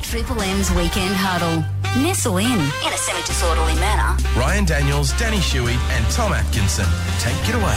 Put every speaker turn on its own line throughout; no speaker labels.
Triple M's Weekend Huddle. Nestle in in a semi-disorderly manner.
Ryan Daniels, Danny Shuey, and Tom Atkinson take it away.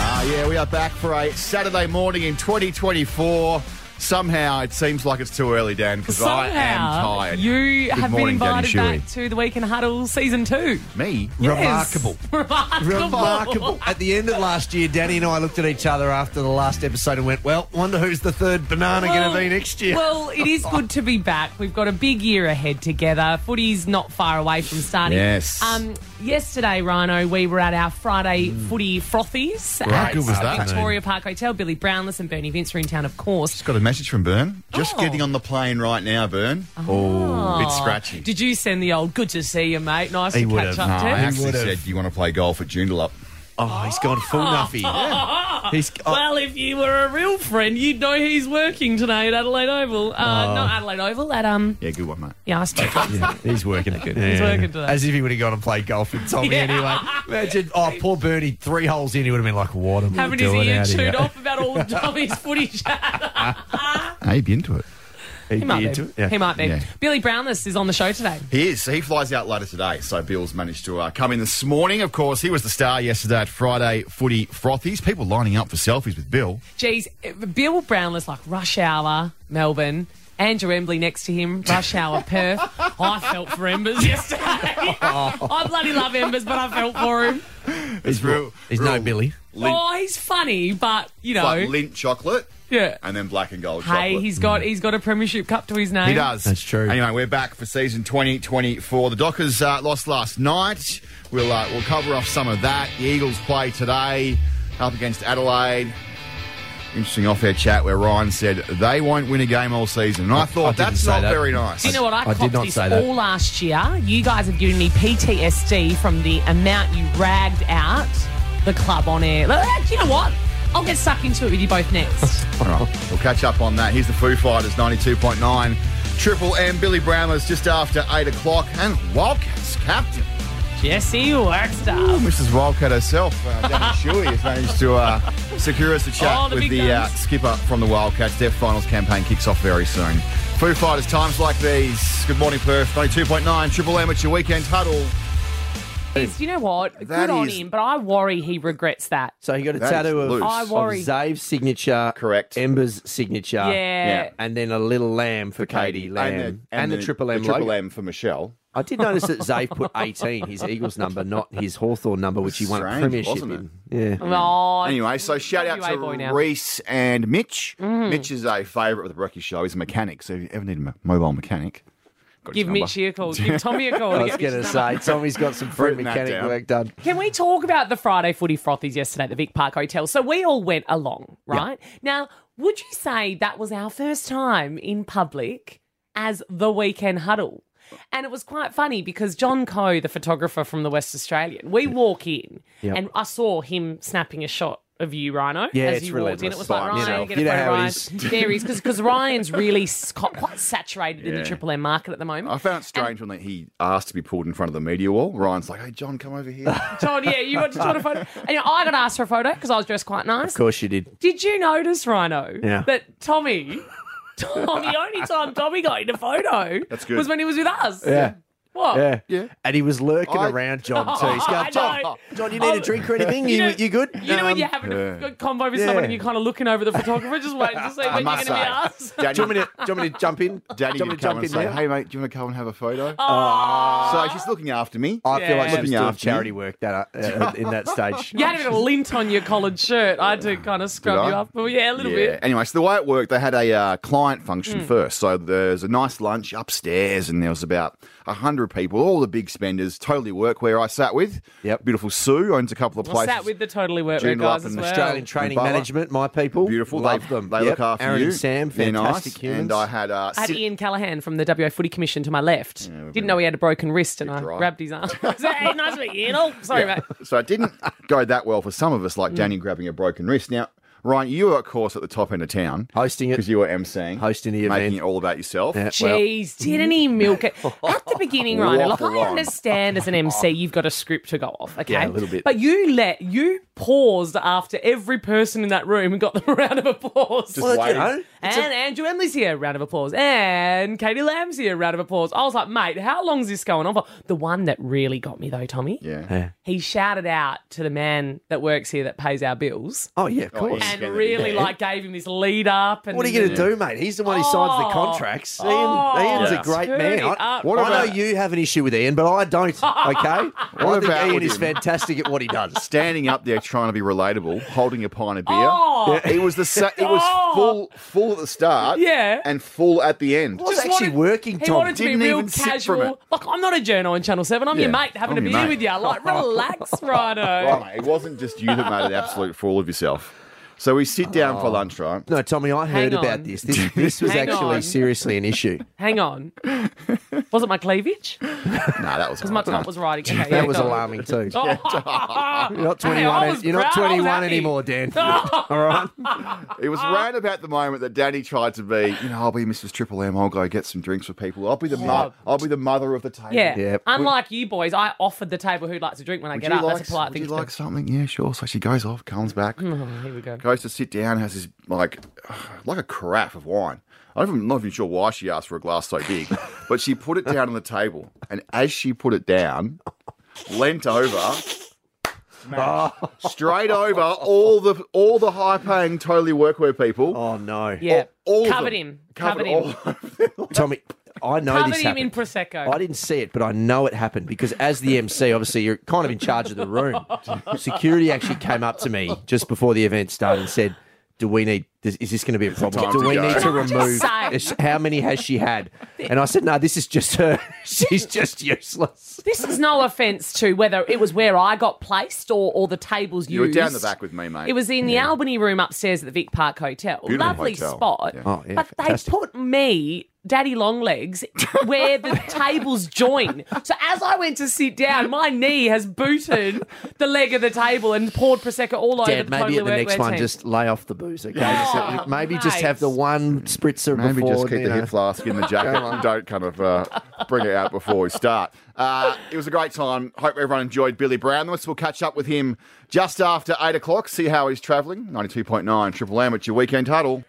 Ah, yeah, we are back for a Saturday morning in 2024. Somehow it seems like it's too early, Dan, because I am
Somehow,
tired.
you
Good
have
morning,
been
Danny
invited
Shuey.
back to the Weekend Huddle season two.
Me?
Yes.
Remarkable.
Remarkable.
Remarkable. At the end of last year, Danny and I looked at each other after the last episode and went, well, wonder who's the third banana going to be next year.
Well, it is good to be back. We've got a big year ahead together. Footy's not far away from starting.
Yes.
Um, yesterday, Rhino, we were at our Friday footy frothies.
Mm. How
at
good was that?
Victoria Park Hotel. Billy Brownless and Bernie Vince were in town, of course.
Just got a message from Bern. Just
Oh.
getting on the plane right now, Bern. Oh, it's scratchy. Ah,
Did you send the old good to see you, mate? Nice
He
to
would
catch
have.
I
up to.
actually
would've.
said you want to play golf at Joondalup.
oh, he's gone full nuffy. He's, oh,
Well, if you were a real friend, you'd know he's working today at Adelaide Oval. Uh, Not Adelaide Oval, at um.
Yeah, good one, mate.
Yeah, I spoke.
yeah, he's working it.
He's working today.
As if he would have gone and played golf with Tommy
Yeah.
anyway. Imagine, oh, poor Bernie, three holes in, he would have been like, what am I
Having his
doing
ear
out here?
chewed off about all of Tommy's footage.
Hey, you been to it?
he might be.
Yeah.
He might be.
Yeah.
Billy Brownless is on the show today.
He is. He flies out later today, so Bill's managed to uh, come in this morning. Of course, he was the star yesterday at Friday Footy Frothies. People lining up for selfies with Bill.
Geez, Bill Brownless like rush hour Melbourne. Andrew Embley next to him, rush hour Perth. I felt for Embers yesterday. I bloody love Embers, but I felt for him.
He's real.
He's no Billy.
Oh, he's funny, but you know,
Like lint chocolate
yeah.
and then black and gold chocolate.
Hey, he's got he's got a premiership cup to his name.
He does.
That's true.
Anyway, we're back for season 2024. The Dockers uh, lost last night. We'll uh, we'll cover off some of that. The Eagles play today up against Adelaide. Interesting off-air chat where Ryan said they won't win a game all season, and I
I
thought
didn't
that's
say
not
that.
very nice.
Do you know what? I,
I did
copped
not
this
say that.
all last year. You guys have given me PTSD from the amount you ragged out the club on air. Look, Do you know what? I'll get stuck into it with you both next.
All right, we'll catch up on that. Here's the Foo Fighters, 92.9. Triple M, Billy Brownless just after 8 o'clock, and Wildcats captain.
Jesse Workstaff.
Mrs. Wildcat herself, uh, Danny Shuey, has managed to uh, secure us a chat
Oh, the
with
big
the uh,
guns.
skipper from the Wildcats. Their finals campaign kicks off very soon. Foo Fighters, times like these. Good morning, Perth. 92.9, Triple M, it's your weekend huddle.
Is, you know what?
That
Good on
is-
him, but I worry he regrets that.
So he got a
That is
tattoo of,
loose. I
of
worry.
Zave's signature,
Correct.
Ember's signature,
Yeah.
Yeah.
and then a little lamb for Katie, Lamb, and, the, Triple M.
the Triple
logo.
M for Michelle.
I did notice that Zave put eighteen, his Eagles number, not his Hawthorn number, which he won a
Strange,
premiership
wasn't
in. Yeah,
Oh,
Anyway, so shout out
WA boy
to
now. Mm.
Reese and Mitch. Mitch is a favourite of the Brecky Show. He's a mechanic, so if you ever need a mo- mobile mechanic, got his
give
number.
Mitch a call. Give Tommy a call.
I
to
was
get Mitch's
going to
number.
say Tommy's got some free
Written that
mechanic
down.
work done.
Can we talk about the Friday footy frothies yesterday at the Vic Park Hotel? So we all went along, right? Now, would you say that was our first time in public as the weekend huddle? And it was quite funny because John Coe, the photographer from the West Australian, we walk in and I saw him snapping a shot of you, Rhino.
Yeah,
as
it's
you walked in, it
relentless.
was like
Fine, you
Ryan,
know.
get a
You know
photo
how it
Ryan.
is.
There he is because Ryan's really s- quite saturated in the
Yeah.
Triple M market at the moment.
I found it strange when he asked to be pulled in front of the media wall. Ryan's like, "Hey, John, come over here."
John, yeah, you got to John a photo. And you know, I got asked for a photo because I was dressed quite nice.
Of course you did.
Did you notice, Rhino,
Yeah.
that Tommy, Tommy, the only time Tommy got in a photo
That's good.
was when he was with us?
Yeah.
What?
Yeah.
Yeah.
and he was lurking
I-
around John too. He's
Oh, I
going, John,
know.
John, you need a drink or anything? You,
know-
you, good? Um,
You know when you're having
yeah.
a good combo with someone and you're kind of looking over the photographer, just waiting to see when you're going
must
to be asked.
Daddy,
do you want me to, do you want me to jump in?
Daddy
do
would
you want me
come
to jump
and
in
say,
now?
"Hey, mate, do you want to come and have a photo?"
Oh.
So she's looking after me.
I feel like
Yeah.
she was
Looking
doing
after
charity
you.
work that uh, in that stage.
You had a bit of lint on your collared shirt. I had to kind of
Did
scrub
I?
you up. Well, yeah, a little bit.
Anyway, so the way it worked, they had a uh, client
Hmm.
function first. So there's a nice lunch upstairs, and there was about hundred people, all the big spenders, totally work where I sat with.
Yep.
Beautiful Sue owns a couple of
I
places.
sat with the totally work
June
guys
Lapp
as
and
well.
Australian training
Bala.
management, my people.
Oh. Beautiful,
Love
they,
them.
They
Yep.
look after
Aaron
you.
and Sam,
They're
fantastic
nice.
humans.
And I had uh,
I had
sit-
Ian Callahan from the WA Footy Commission to my left. Didn't know he had a broken wrist, and I
dry.
grabbed his arm. So, hey, nice to meet you. Ian. Oh, sorry, mate.
So it didn't go that well for some of us,
Mm.
like Danny grabbing a broken wrist. Now, Ryan, you were, of course, at the top end of town.
Hosting it.
Because you were emceeing.
Hosting the
Making
event.
it all about yourself.
Jeez, didn't he milk it at the beginning, Ryan? Like
Waffle
I
on.
understand as an MC, you've got a script to go off, okay?
Yeah, a little bit.
But you let you paused after every person in that room and got them a round of applause.
Well, you
waiting.
know,
And Andrew Enley's here, round of applause. And Katie Lamb's here, round of applause. I was like, mate, how long's this going on for? The one that really got me though, Tommy,
Yeah.
he shouted out to the man that works here that pays our bills
Oh yeah, of
Oh,
course.
yeah.
and really
Yeah.
like gave him this lead up. And
What are you going to do, mate? He's the one who signs
Oh.
the contracts. Ian,
Oh.
Ian's
Yeah.
a great
Turn
man.
it
I,
up.
What
I know
about-
you have an issue with Ian, but I don't. Okay, I think
about
Ian
with
is
him?
fantastic at what he does.
Standing up there trying to be relatable, holding a pint of beer.
Oh.
It was the sa- it was
Oh.
full full at the start,
Yeah.
and full at the end.
was actually working,
He
Tom.
wanted to
Didn't
be real
even sit from it.
casual. Like, I'm not a journo on Channel 7. I'm your
Yeah,
mate having
I'm
a
your
beer
mate.
with you. Like, relax,
Right,
Rhino.
oh, mate, it wasn't just you that made an absolute fool of yourself. So we sit down
Oh.
for lunch, right?
No, Tommy, I heard
Hang
about
on.
this. This, this was
Hang
actually
on.
seriously an issue.
Hang on. Was it my cleavage?
Nah, that was
Because my top was riding. Okay, yeah,
That was
go on.
alarming too.
Oh,
You're not
Hey, I
21.
was
you're not
proud, I was
21
happy.
anymore, Dan. All right.
It
Ah.
was round about the moment that Daddy tried to be, you know, I'll be Mrs. Triple M. I'll go get some drinks for people. I'll be the mo- I'll be the mother of the table.
yeah.
Yep.
Unlike you boys, I offered the table who'd like to drink when I
Would
get
you
up.
like,
That's a polite thing
would
to
you like
do.
something? Yeah, sure. So she goes off, comes back,
Oh, Here we go.
goes to sit down, has this like, like a carafe of wine. I'm not even- not even sure why she asked for a glass so big, but she put it down on the table, and as she put it down, leant over. smash, Straight over all the all the high paying totally workcowear people.
Oh, no.
Yeah.
all of
Covered
them.
him. Covered him.
all over their
Tommy, I know
Covered
this
him
happened.
in Prosecco.
I didn't see it, but I know it happened because as the MC, obviously you're kind of in charge of the room. Security actually came up to me just before the event started and said, "Do we need? Is is this going to be a problem?
time
Do
to
we
go."
need to remove?
say.
is- How many has she had?" And I said, "No, this is just her. She's just useless."
This is no offence to whether it was where I got placed or, or the tables
You were
used.
down the back with me, mate.
It was in the Albany room upstairs at the Vic Park Hotel.
Beautiful
Lovely
hotel.
spot.
Yeah.
Oh, yeah,
but
fantastic.
they put me, Daddy Longlegs, where the tables join. So as I went to sit down, my knee has booted the leg of the table and poured prosecco all over
Dad,
the
maybe
totally
at the next
workwear
one,
team.
just lay off the booze, okay? Just- uh, maybe just
mate.
have the one spritzer
Maybe
before.
just keep
you
the
know.
hip flask in the jacket and don't kind of uh, bring it out before we start. Uh, it was a great time. Hope everyone enjoyed Billy Brownless. We'll catch up with him just after 8 o'clock, see how he's travelling. 92.9 Triple M at your weekend huddle.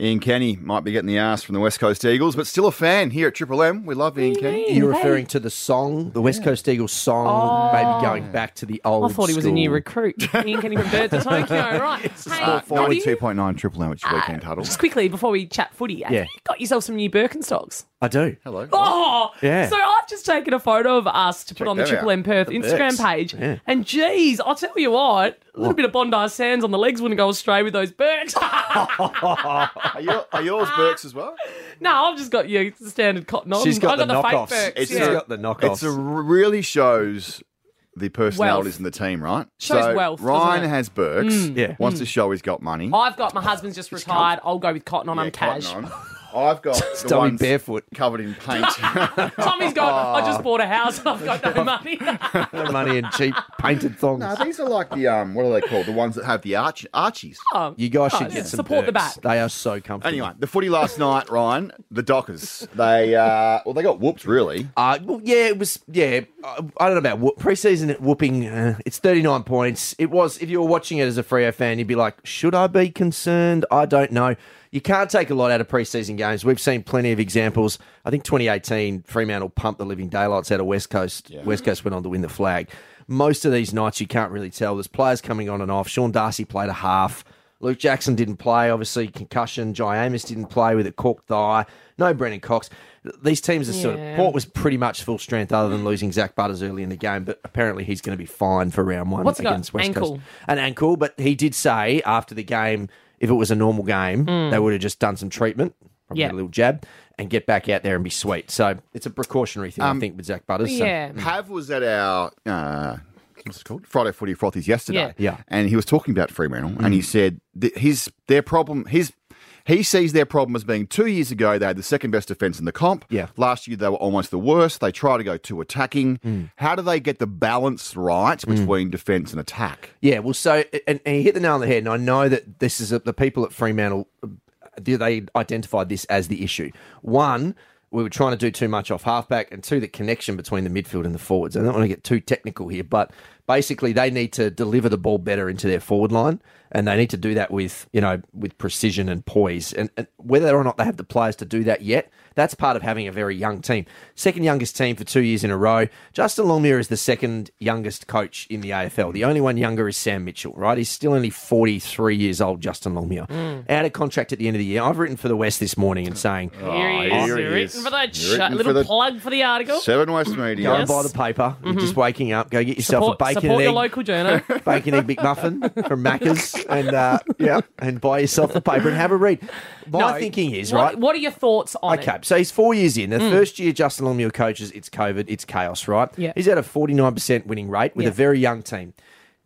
Ian Kenny might be getting the ass from the West Coast Eagles, but still a fan here at Triple M. We love Ian Kenny.
You're referring to the song, the West Coast Eagles song, maybe going back to the old.
Oh. I thought he was a new
school.
recruit. Ian Kenny from Bird to Tokyo, right? Hey,
Uh,
what do you- Ah.
92.9 Triple M at your weekend huddle.
Just quickly before we chat footy, have
Yeah.
you got yourself some new Birkenstocks?
I do.
Hello.
Oh,
Yeah.
So I've just taken a photo of us to put on the
that
Triple
out.
M Perth Instagram
Birks.
page.
Yeah.
And geez, I'll tell you what, a little bit of Bondi Sands on the legs wouldn't go astray with those Birks.
Are, your, are yours Burks as well?
no, I've just got your standard cotton on.
She's got
I've
the
got the
knockoffs.
fake Birks.
It's
Yeah.
a-
got the knockoffs.
It's a, really shows the personalities
Wealth.
in the team, right?
Shows
so
wealth, doesn't
Ryan
it? Mm.
has Burks.
Yeah.
Wants to show he's got money.
I've got my husband's just retired. I'll go with cotton on.
Yeah,
I'm
cotton
cash.
on. I've got the
Tommy
ones
barefoot.
covered in paint.
Tommy's gone. I just bought a house. I've got no money.
No money and cheap painted thongs.
no, these are like the um, what are they called? The ones that have the arch archies.
Um,
you guys should
yeah.
get some
Support the
Birks.
back.
They are so comfortable.
Anyway, the footy last night, Ryan, the Dockers. They uh, well, they got whooped really.
Uh, well, yeah, it was. Yeah, I, I don't know about whoop, preseason whooping. Uh, it's thirty nine points. It was. If you were watching it as a Frio fan, you'd be like, should I be concerned? I don't know. You can't take a lot out of preseason games. We've seen plenty of examples. I think twenty eighteen Fremantle pumped the living daylights out of West Coast. West Coast went on to win the flag. Most of these nights, you can't really tell. There's players coming on and off. Sean Darcy played a half. Luke Jackson didn't play, obviously concussion. Jai Amos didn't play with a corked thigh. No Brennan Cox. These teams are sort of
Yeah.
Port was pretty much full strength, other than losing Zach Butters early in the game. But apparently he's going to be fine for round one
What's he got?
against West
Ankle?
Coast. An ankle, but he did say after the game, if it was a normal game, they would have just done some treatment, probably
Mm. Yeah.
a little jab, and get back out there and be sweet. So it's a precautionary thing, I think, with Zach Butters. so-
yeah.
Pav was at our uh, what's it called Friday Footy Frothies yesterday.
Yeah. Mm. Yeah.
and he was talking about Fremantle, and he said that his their problem his. He sees their problem as being two years ago they had the second best defence in the comp.
Yeah.
Last year they were almost the worst. They try to go too attacking.
Mm.
How do they get the balance right between defence and attack?
Yeah, well, so and, and he hit the nail on the head, and I know that this is a, the people at Fremantle. uh, They they identified this as the issue. One, we were trying to do too much off halfback, and two, the connection between the midfield and the forwards. I don't want to get too technical here, but basically they need to deliver the ball better into their forward line, and they need to do that with you know with precision and poise. And, and whether or not they have the players to do that yet, that's part of having a very young team. Second youngest team for two years in a row. Justin Longmire is the second youngest coach in the AFL. The only one younger is Sam Mitchell. Right, he's still only forty three years old. Justin Longmire
Mm.
out of contract at the end of the year. I've written for the West this morning and saying.
Here he is.
here he
You're
is.
written for the
You're
ch-
written
little
for the-
plug for the article.
Seven West Media.
Yes. Mm-hmm.
Go and buy the paper. You're just waking up. Go get yourself
support
a bacon
support
and
your
egg,
local journo.
bacon egg McMuffin from Macca's, and uh, yeah, and buy yourself the paper and have a read. My
No.
thinking is
what,
right.
What are your thoughts on
Okay,
it? Mm.
so he's four years in. The first year Justin Longmuir coaches, it's COVID, it's chaos, right?
Yeah.
He's at a 49% winning rate with
Yeah.
a very young team.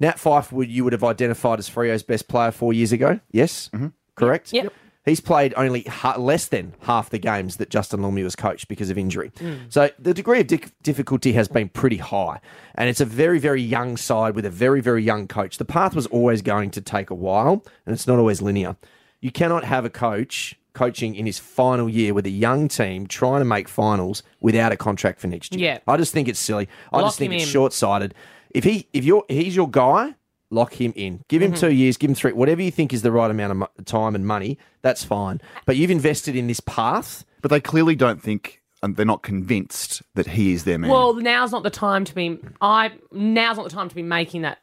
Nat Fife, would you would have identified as Frio's best player four years ago? Yes, correct.
Yep. Yep.
He's played only ha- less than half the games that Justin Longmuir was coached because of injury.
Mm.
So the degree of di- difficulty has been pretty high. And it's a very, very young side with a very, very young coach. The path was always going to take a while, and it's not always linear. You cannot have a coach coaching in his final year with a young team trying to make finals without a contract for next year.
Yeah.
I just think it's silly. I
Lock
just think
him
it's
in.
short sighted. If he if you're he's your guy, lock him in. Give
Mm-hmm.
him two years. Give him three. Whatever you think is the right amount of mo- time and money, that's fine. But you've invested in this path.
But they clearly don't think, and they're not convinced that he is their man.
Well, now's not the time to be. I now's not the time to be making that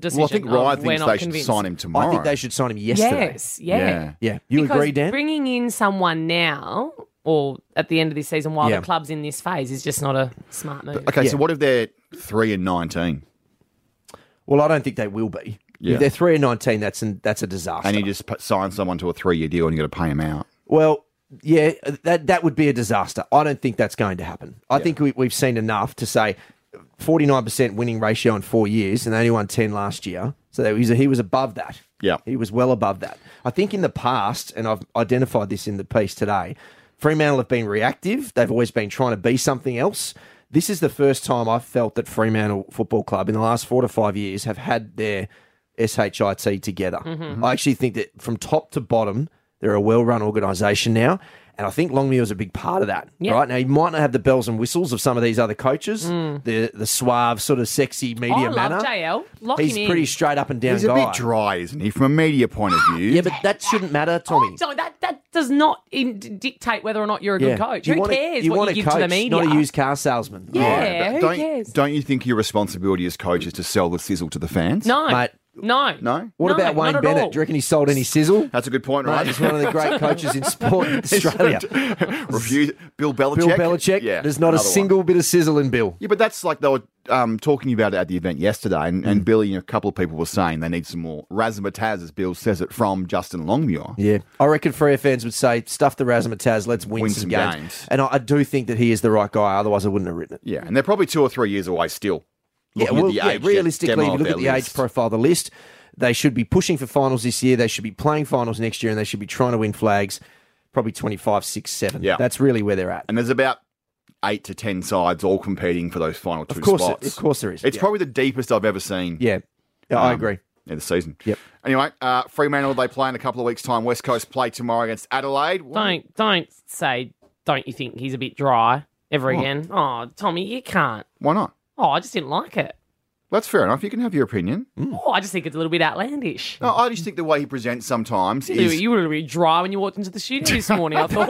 decision.
Well, I think
of
Ryan
we're
thinks
not
they
convinced.
should sign him tomorrow.
I think they should sign him yesterday.
Yes, yeah.
Yeah.
Yeah. You
Because
agree, Dan?
Bringing in someone now or at the end of this season while
Yeah.
the club's in this phase is just not a smart move.
Okay, so
Yeah.
what if they're three and nineteen,
well, I don't think they will be.
Yeah.
If they're three and nineteen, that's an, that's a disaster.
and you just put, sign someone to a three-year deal and you got to pay him out?
Well, yeah, that that would be a disaster. I don't think that's going to happen. I think we, we've seen enough to say forty nine percent winning ratio in four years, and they only won ten last year. So that was, he was above that.
Yeah.
he was well above that. I think in the past, and I've identified this in the piece today. Fremantle have been reactive. They've always been trying to be something else. This is the first time I've felt that Fremantle Football Club in the last four to five years have had their SHIT together.
Mm-hmm.
I actually think that from top to bottom, they're a well run organisation now. And I think Longmuir is a big part of that.
Yeah.
Right now, you might not have the bells and whistles of some of these other coaches, the the suave, sort of sexy media
Mm. Oh, I love
manner.
JL. Lock
He's
him in.
pretty straight up and down
He's a
guy.
bit dry, isn't he, from a media point of view?
Yeah, but that shouldn't matter, Tommy.
So that that does not in- dictate whether or not you're a good
Yeah.
coach.
You
Who
want a-
cares
you
what
want
you
a
give
coach,
to the media?
Not a used car salesman.
yeah,
But
who
don't,
cares?
Don't you think your responsibility as coach is to sell the sizzle to the fans?
no,
Mate.
no,
No?
What
No,
about
not
Wayne
at
Bennett?
all.
Do you reckon he sold any sizzle?
That's a good point,
Mate,
right?
he's one of the great coaches in sport in Australia.
Refuse Bill Belichick.
Bill Belichick. There's not a
another one.
single bit of sizzle in Bill.
Yeah, but that's like they were um, talking about it at the event yesterday, and,
Mm.
and Billy and a couple of people were saying they need some more razzmatazz, as Bill says it, from Justin Longmuir.
Yeah, I reckon Freo fans would say, "Stuff the razzmatazz, let's win,
Win
some,
some
games."
games.
And I, I do think that he is the right guy. Otherwise, I wouldn't have written it.
Yeah, and they're probably two or three years away still. Looking at
well,
the age de-
realistically,
demo
if you
of
look
their
at the age
list.
profile of the list, they should be pushing for finals this year. They should be playing finals next year, and they should be trying to win flags. Probably 25, 6, 7.
Yeah.
That's really where they're at.
and there's about eight to ten sides all competing for those final two
of course,
spots.
of course, there is.
It's
yeah.
probably the deepest I've ever seen.
yeah. Yeah, I
um,
agree.
In the season.
Yep.
Anyway, uh, Fremantle they play in a couple of weeks' time. West Coast play tomorrow against Adelaide. What-
Don't don't say. Don't you think he's a bit dry ever again? Oh, Tommy, you can't.
Why not?
Oh, I just didn't like it.
That's fair enough. You can have your opinion.
Mm.
Oh, I just think it's a little bit outlandish.
No, I just think the way he presents sometimes
You,
is.
you were a bit dry when you walked into the studio this morning. I thought,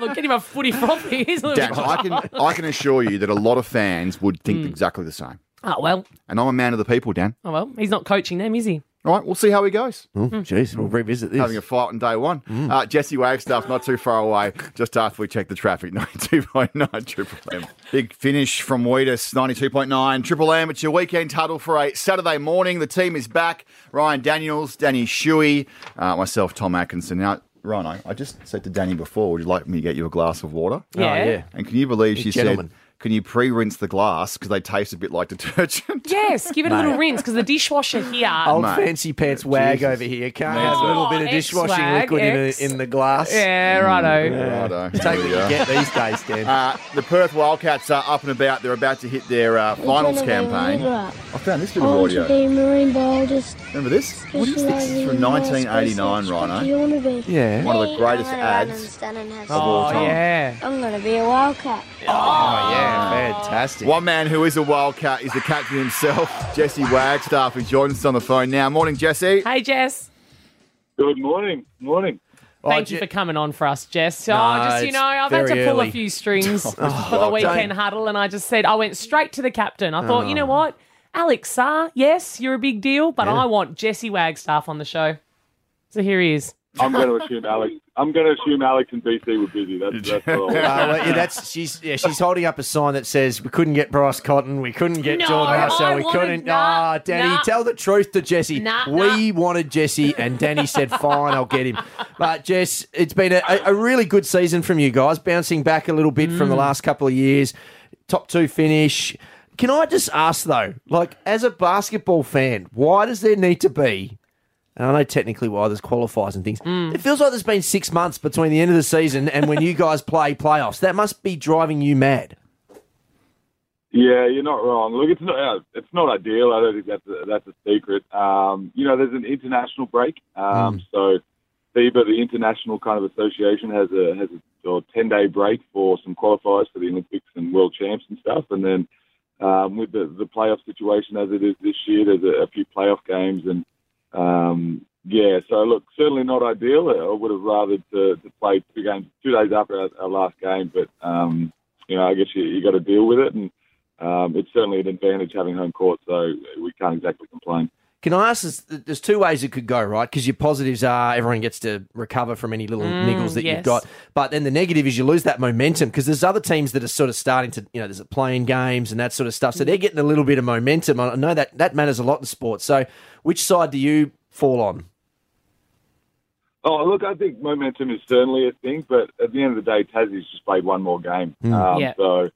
look, get him a footy frothy. He's a little
Dan,
bit
I
dry.
can I can assure you that a lot of fans would think
Mm.
exactly the same.
Oh well,
And I'm a man of the people, Dan.
oh well. He's not coaching them, is he?
All right, we'll see how he goes.
Oh, Jeez, we'll revisit this.
hmm. Having a fight on day one. Uh, Jesse Wagstaff, not too far away, just after we check the traffic. 92.9 Triple M. Big finish from Wheatus, 92.9 Triple M. It's your weekend huddle for a Saturday morning. The team is back. Ryan Daniels, Danny Shuey, uh, myself, Tom Atkinson. Now, Ryan, I- I just said to Danny before, would you like me to get you a glass of water?
Oh, yeah.
And can you believe she
gentleman.
said, can you pre rinse the glass because they taste a bit like detergent?
Yes, give it a little rinse because the dishwasher here.
Old
Mate.
fancy pants wag
Jesus.
over here. Can't
Man,
have a
so-
little bit of
Oh,
dishwashing
ex-wag,
liquid in,
ex-
a, in the glass.
yeah, righto.
Righto.
Take
Here
what
we
you
are.
get these days, Dan.
Uh, the Perth Wildcats are up and about. They're about to hit their uh, finals campaign. I
I
found this bit
Oh,
of
want to
audio.
be marine biologist.
Remember Oh, this? What is this? This is from
specialising in
1989,
space expert. Do
Rhino.
you want to be?
yeah.
One of the greatest ads
And
of all
Oh,
time.
yeah. Yeah.
I'm gonna be a wildcat.
Oh,
Ah.
yeah, fantastic.
One man who is a wildcat is the captain himself, Jesse Wagstaff, who joins us on the phone now. Morning, Jesse.
Hey, Jess.
Good morning. Morning.
Thank
Oh,
you
Je-
for coming on for us, Jess. Oh,
No,
just you
it's
know, I've had to
very
pull
early. Oh,
a few strings for the
well,
weekend
don't- Oh.
huddle, and I just said I went straight to the captain. I thought, you know what, Alex Saar, yes, you're a big deal, but I want Jesse Wagstaff on the show. So here he is.
I'm going to assume Alex. I'm going to assume Alex and DC were busy. That's that's all.
Uh, well, yeah, that's she's yeah, she's holding up a sign that says we couldn't get Bryce Cotton, we couldn't get
No,
Jordan
I
Russell, we
wanted-
couldn't.
nah,
Ah, Danny,
nah.
tell the truth to Jesse.
Nah,
we wanted Jesse, and Danny said, "Fine, I'll get him." But Jess, it's been a, a a really good season from you guys, bouncing back a little bit from the last couple of years. Top two finish. Can I just ask though, like as a basketball fan, why does there need to be and I know technically why there's qualifiers and things. It feels like there's been six months between the end of the season and when you guys play playoffs. That must be driving you mad.
Yeah, you're not wrong. Look, it's not uh, it's not ideal. I don't think that's a, that's a secret. Um, you know, there's an international break, um, so FIBA, the international kind of association, has a has a or ten day break for some qualifiers for the Olympics and World Champs and stuff, and then um, with the the playoff situation as it is this year, there's a, a few playoff games and um, yeah. So look, certainly not ideal. I would have rather to, to play two games two days after our, our last game, but um, you know, I guess you, you got to deal with it and. Um, it's certainly an advantage having home court, so we can't exactly complain.
Can I ask? This, there's two ways it could go, right? Because your positives are everyone gets to recover from any little niggles that
yes.
you've got, but then the negative is you lose that momentum because there's other teams that are sort of starting to, you know, there's playing games and that sort of stuff, so they're getting a little bit of momentum. I I know that that matters a lot in sports. So, which side do you fall on?
Oh, look, I think momentum is certainly a thing, but at the end of the day, Tassie's just played one more game, um,
Yeah.
so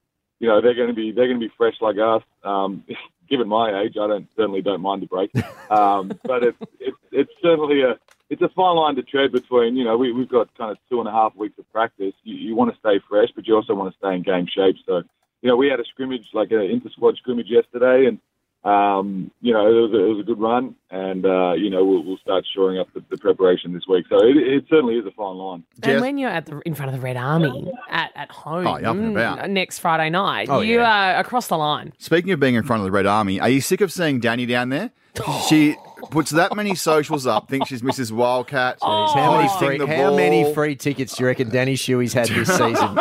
you know they're going to be they're going to be fresh like us. Um, given my age, I don't certainly don't mind the break, um, but it's it's it's certainly a it's a fine line to tread between. You know, we we've got kind of two and a half weeks of practice. You, you want to stay fresh, but you also want to stay in game shape. So, you know, we had a scrimmage like an inter squad scrimmage yesterday, and um, you know, it was, a, it was a good run, and uh, you know, we'll, we'll start shoring up the, the preparation this week. So it, it certainly is a fine line.
Jess-
And when you're at the, in front of the Red Army at, at home mm,
Oh, you're up and about.
next Friday night,
Oh,
you
yeah.
are across the line.
Speaking of being in front of the Red Army, are you sick of seeing Danny down there? She puts that many socials up, thinks she's Mrs. Wildcat.
How many,
hoisting
free,
Oh. the
how many
ball,
free tickets do you reckon Danny Shuey's had this season?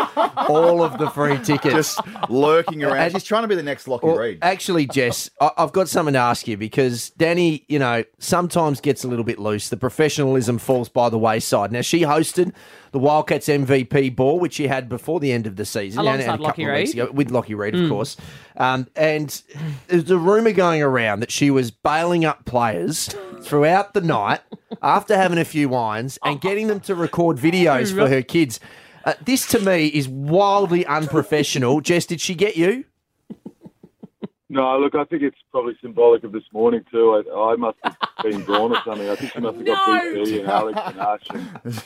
All of the free tickets.
Just lurking around. She's trying to be the next Lockie
Well,
Reed.
actually, Jess, I- I've got something to ask you because Danny, you know, sometimes gets a little bit loose. The professionalism falls by the wayside. Now, she hosted the Wildcats MVP ball, which she had before the end of the season.
Alongside
a couple
Lachie
of weeks
Reed.
ago, with Lockie Reed, of course. Um, and there's a rumour going around that she was bailing up players throughout the night after having a few wines and getting them to record videos for her kids. Uh, this to me is wildly unprofessional. Jess, did she get you?
No, look, I think it's probably symbolic of this morning too. I, I must have been drawn or something. I think she must have got
No.
BT and Alex and Ash.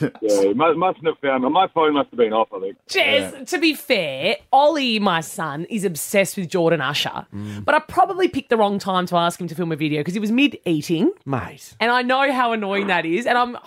And, yeah, must, mustn't have found my phone. Must have been off. I think.
Jez, to be fair, Ollie, my son, is obsessed with Jordan Usher.
Mm.
But I probably picked the wrong time to ask him to film a video because he was mid eating.
Mate.
And I know how annoying that is. And I'm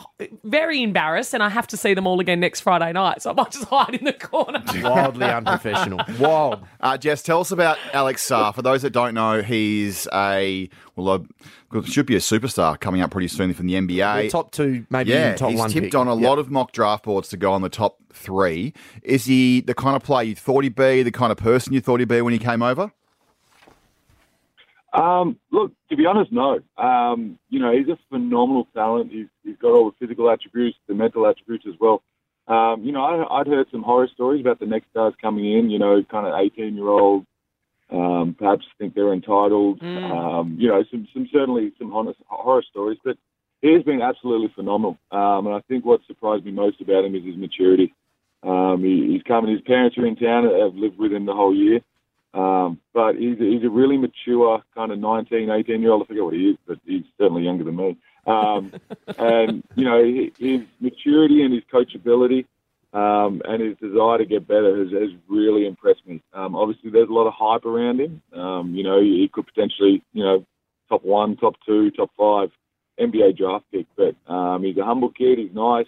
very embarrassed. And I have to see them all again next Friday night. So I might just hide in the corner.
wildly unprofessional. Wild.
Uh, Jess, tell us about Alex Saar. For those that don't know, he's a well, a, should be a superstar coming up pretty soon from the NBA.
top two, maybe
yeah,
even top
he's
one.
tipped
pick.
on a
Yeah.
lot of mock draft boards to go on the top three. Is he the kind of player you thought he'd be? The kind of person you thought he'd be when he came over?
Um, look, to be honest, no. Um, you know, he's a phenomenal talent. He's, he's got all the physical attributes, the mental attributes as well. Um, you know, I, I'd heard some horror stories about the next stars coming in. You know, kind of eighteen-year-old, um, perhaps think they're entitled. Um, you know, some, some certainly some honest, horror stories, but he has been absolutely phenomenal. Um, and I think what surprised me most about him is his maturity. Um, he, he's coming. His parents are in town. Have lived with him the whole year. Um, but he's, he's a really mature kind of 19, 18 year old. I forget what he is, but he's certainly younger than me. Um, and, you know, hi- his maturity and his coachability um, and his desire to get better has, has really impressed me. Um, obviously, there's a lot of hype around him. Um, you know, he could potentially, you know, top one, top two, top five NBA draft pick. But um, he's a humble kid. He's nice.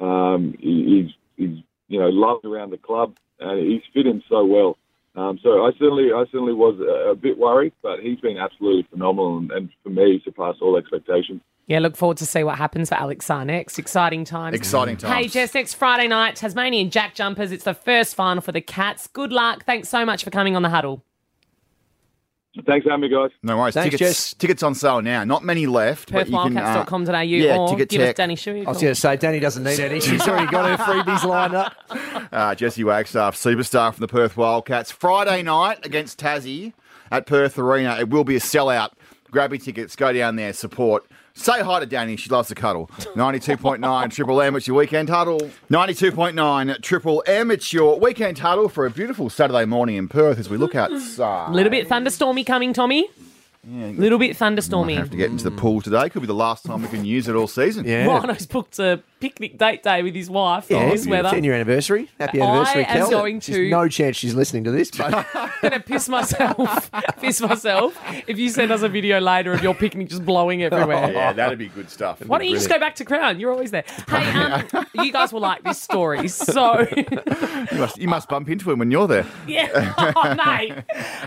Um, he, he's, he's
you know, loved around the club, and he's fit in so well. Um, so I certainly, I certainly was a, a bit worried, but he's been absolutely phenomenal, and, and for me, surpassed all expectations.
Yeah, look forward to see what happens for Alex Sarnex. Exciting times.
Exciting times.
Hey, Jess, next Friday night, Tasmanian Jack Jumpers. It's the first final for the Cats. Good luck. Thanks so much for coming on the huddle.
Thanks for having me, guys.
No worries.
Thanks,
tickets,
Jess.
tickets on sale now. Not many left. but you can, uh,
Perthwildcats.com.au
yeah,
or
ticket
give
tech.
us Danny Shuey. a
I was
call.
going to say, Danny doesn't need any. She's already got her freebies lined up.
Uh, Jesse Wagstaff, superstar from the Perth Wildcats. Friday night against Tassie at Perth Arena. It will be a sellout. Grab your tickets, go down there, support. Say hi to Danny. She loves to cuddle. 92.9 Triple M, it's your weekend huddle. 92.9 Triple M, it's your weekend huddle for a beautiful Saturday morning in Perth as we look outside.
Little bit thunderstormy coming, Tommy. Little bit thunderstormy.
Have to get
Mm.
into the pool today. Could be the last time we can use it all season.
Yeah.
Rhino's booked a picnic date day with his wife in this weather.
Ten
I'm
year anniversary. Happy
I
anniversary,
am
Kel.
going
There's
to-
no chance she's listening to this, but
gonna piss myself. piss myself. If you send us a video later of your picnic just blowing
Oh,
everywhere.
Yeah, that'd be good stuff.
Oh. Why don't you just go back to Crown? You're always there. Hey, um, you guys will like this story. So,
You must, you must bump into him when you're there.
yeah, oh, mate.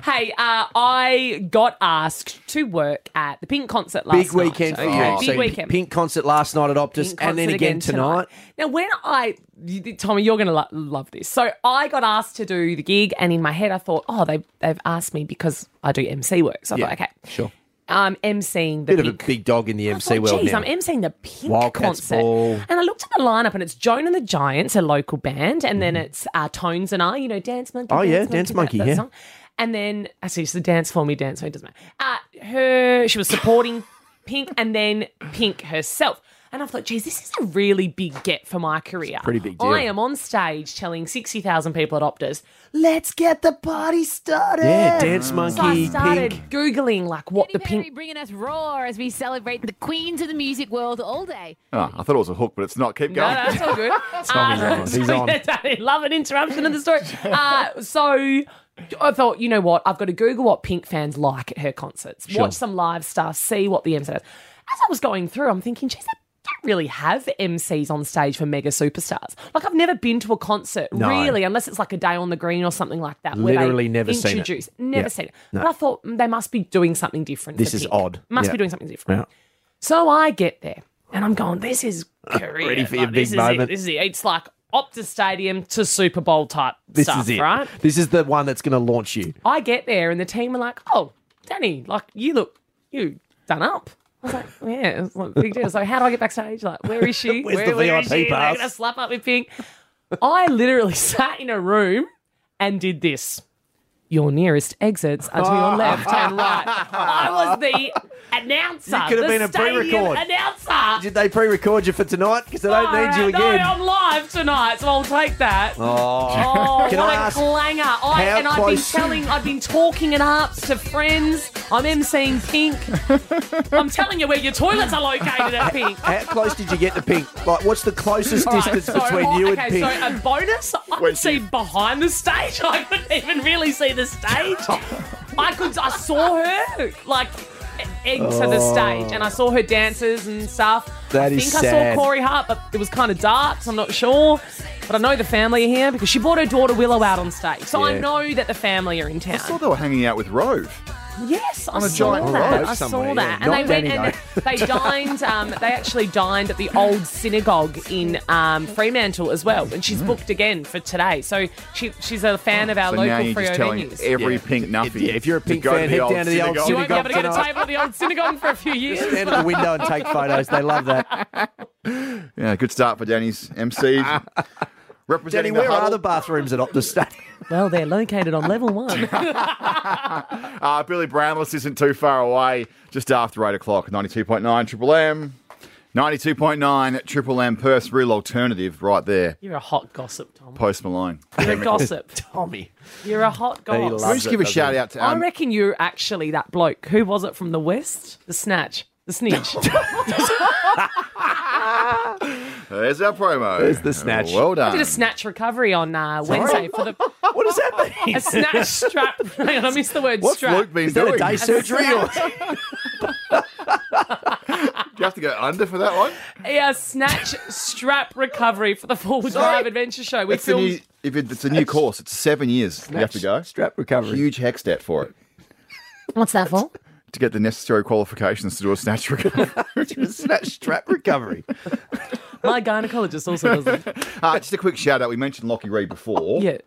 Hey, uh, I got asked to work at the Pink concert last
big
night.
weekend for
okay?
you.
Big
So
weekend.
Pink concert last night at Optus,
Pink
and then
concert
again tonight.
Now, when I, you- Tommy, you're going to lo- love this. So I got asked to do the gig, and in my head, I thought, oh, they, they've asked me because I do MC work. So I thought, okay,
Sure.
I'm emceeing the
Bit of a
Pink
big dog in the
I
MC
thought,
world
Geez,
now.
I'm emceeing the Pink
Wildcats
concert,
Ball.
and I looked at the lineup, and it's Joan and the Giants, a local band, and then it's uh, Tones and I, you know, Dance Monkey.
Mm-hmm. Oh,
Dance
yeah,
Monkey,
Dance Monkey,
that, that
yeah.
song. And then actually, it's the dance for me, dance for me, doesn't matter. Uh, her, she was supporting Pink, and then Pink herself. And I thought, geez, this is a really big get for my career. pretty
big deal.
I am on stage telling sixty thousand people at Optus, "Let's get the party started."
yeah, Dance Monkey,
So I started
Pink.
googling like what the Pink
bringing us roar as we celebrate the queens of the music world all day.
Oh, I thought it was a hook, but it's not. Keep
No,
going.
no, it's all good. Uh,
He's on. He's on.
I Love an interruption of the story. Uh, so I thought, you know what? I've got to Google what Pink fans like at her concerts, watch some live stuff, see what the MC does. As I was going through, I'm thinking, geez, they don't really have MCs on stage for mega superstars. Like, I've never been to a concert, really, unless it's like a day on the green or something like that. where they
Literally never seen it.
introduce- Never
Yeah.
seen it. But I thought mm, they must be doing something different.
This
for
is
Pink.
odd.
Must
Yeah.
be doing something different.
Yeah.
So I get there and I'm going, this is career.
Ready for
Like,
your
this
big
is it.
moment.
This is it. It's like Optus Stadium to Super Bowl type
This
stuff,
is it.
right?
This is the one that's going to launch you.
I get there and the team are like, oh, Danny, like you look, you done up. I was like, yeah, it's like a big deal. So how do I get backstage? Like, where is she?
Where's
where,
the
where is
VIP
she? They're
pass?
gonna slap up with Pink. I literally sat in a room and did this. Your nearest exits are to your left and right. I was the announcer.
You could
the
have been a
stadium
pre-record.
Announcer.
Did they pre-record you for tonight? Because they don't need
Alright,
you again.
No, I'm live tonight, so I'll take that.
oh,
Oh,
Can
what
I
a
ask
clanger. I,
how
and I've
close-
been telling, I've been talking it up to friends. I'm emceeing Pink. I'm telling you where your toilets are located at Pink.
how close did you get to Pink? Like, what's the closest
All right,
distance
so-
between
oh,
you and
okay,
Pink?
So a bonus, I
When
could see
you-
behind the stage. I couldn't even really see the stage. I could, I saw her like e- enter the stage, and I saw her dances and stuff.
Oh. That
I
is
think I
sad.
saw Corey Hart, but it was kind of dark, so I'm not sure. But I know the family are here because she brought her daughter Willow out on stage, so I
Yeah.
know that the family are in town.
I saw they were hanging out with Rove.
Yes, I
a
saw
giant
that.
rope
I saw
somewhere,
that,
yeah.
and
Not
they went
Danny,
and they dined. Um, they actually dined at the old synagogue in um, Fremantle as well, and she's booked again for today. So she, she's a fan of
Mm.
our
Oh, So now
local
you're
Freo
just telling
venues.
every
Yeah.
pink nuffy.
Yeah, if you're a
to
Pink
go
fan, head down to the old
you
synagogue.
won't be able to get a
synagogue.
table at the old synagogue for a few years.
Stand at the window and take photos. They love that.
Yeah, good start for Danny's MC.
Danny,
Representing
where
the huddle,
are the bathrooms at Optus Stadium?
Well, they're located on level one.
uh, Billy Brownless isn't too far away. Just after eight o'clock, ninety-two point nine Triple M, ninety-two point nine Triple M Perth's real alternative, right there.
You're a hot gossip, Tom.
Post Malone.
You're a gossip.
Tommy.
You're a hot gossip.
Let's
loves
just give a
doesn't
shout out to
I
um,
reckon you're actually that bloke. Who was it from the West? The snatch. The snitch.
There's our promo.
There's the snatch.
Well done.
I did a snatch recovery on uh, Wednesday for the
What does that mean?
a snatch strap. Hang on, I missed the word
What's
strap.
Luke been
Is that
doing?
a day surgery or
you have to go under for that one?
Yeah, snatch strap recovery for the Forward Drive Adventure Show. We
It's a new,
filmed
if it, it's a new course, it's seven years. you have to go.
Strap recovery.
Huge hex debt for it
What's that for?
to get the necessary qualifications to do a snatch recovery.
Snatch strap recovery.
My gynecologist also does it.
uh, just a quick shout out. We mentioned Lockie Reed before.
Yeah.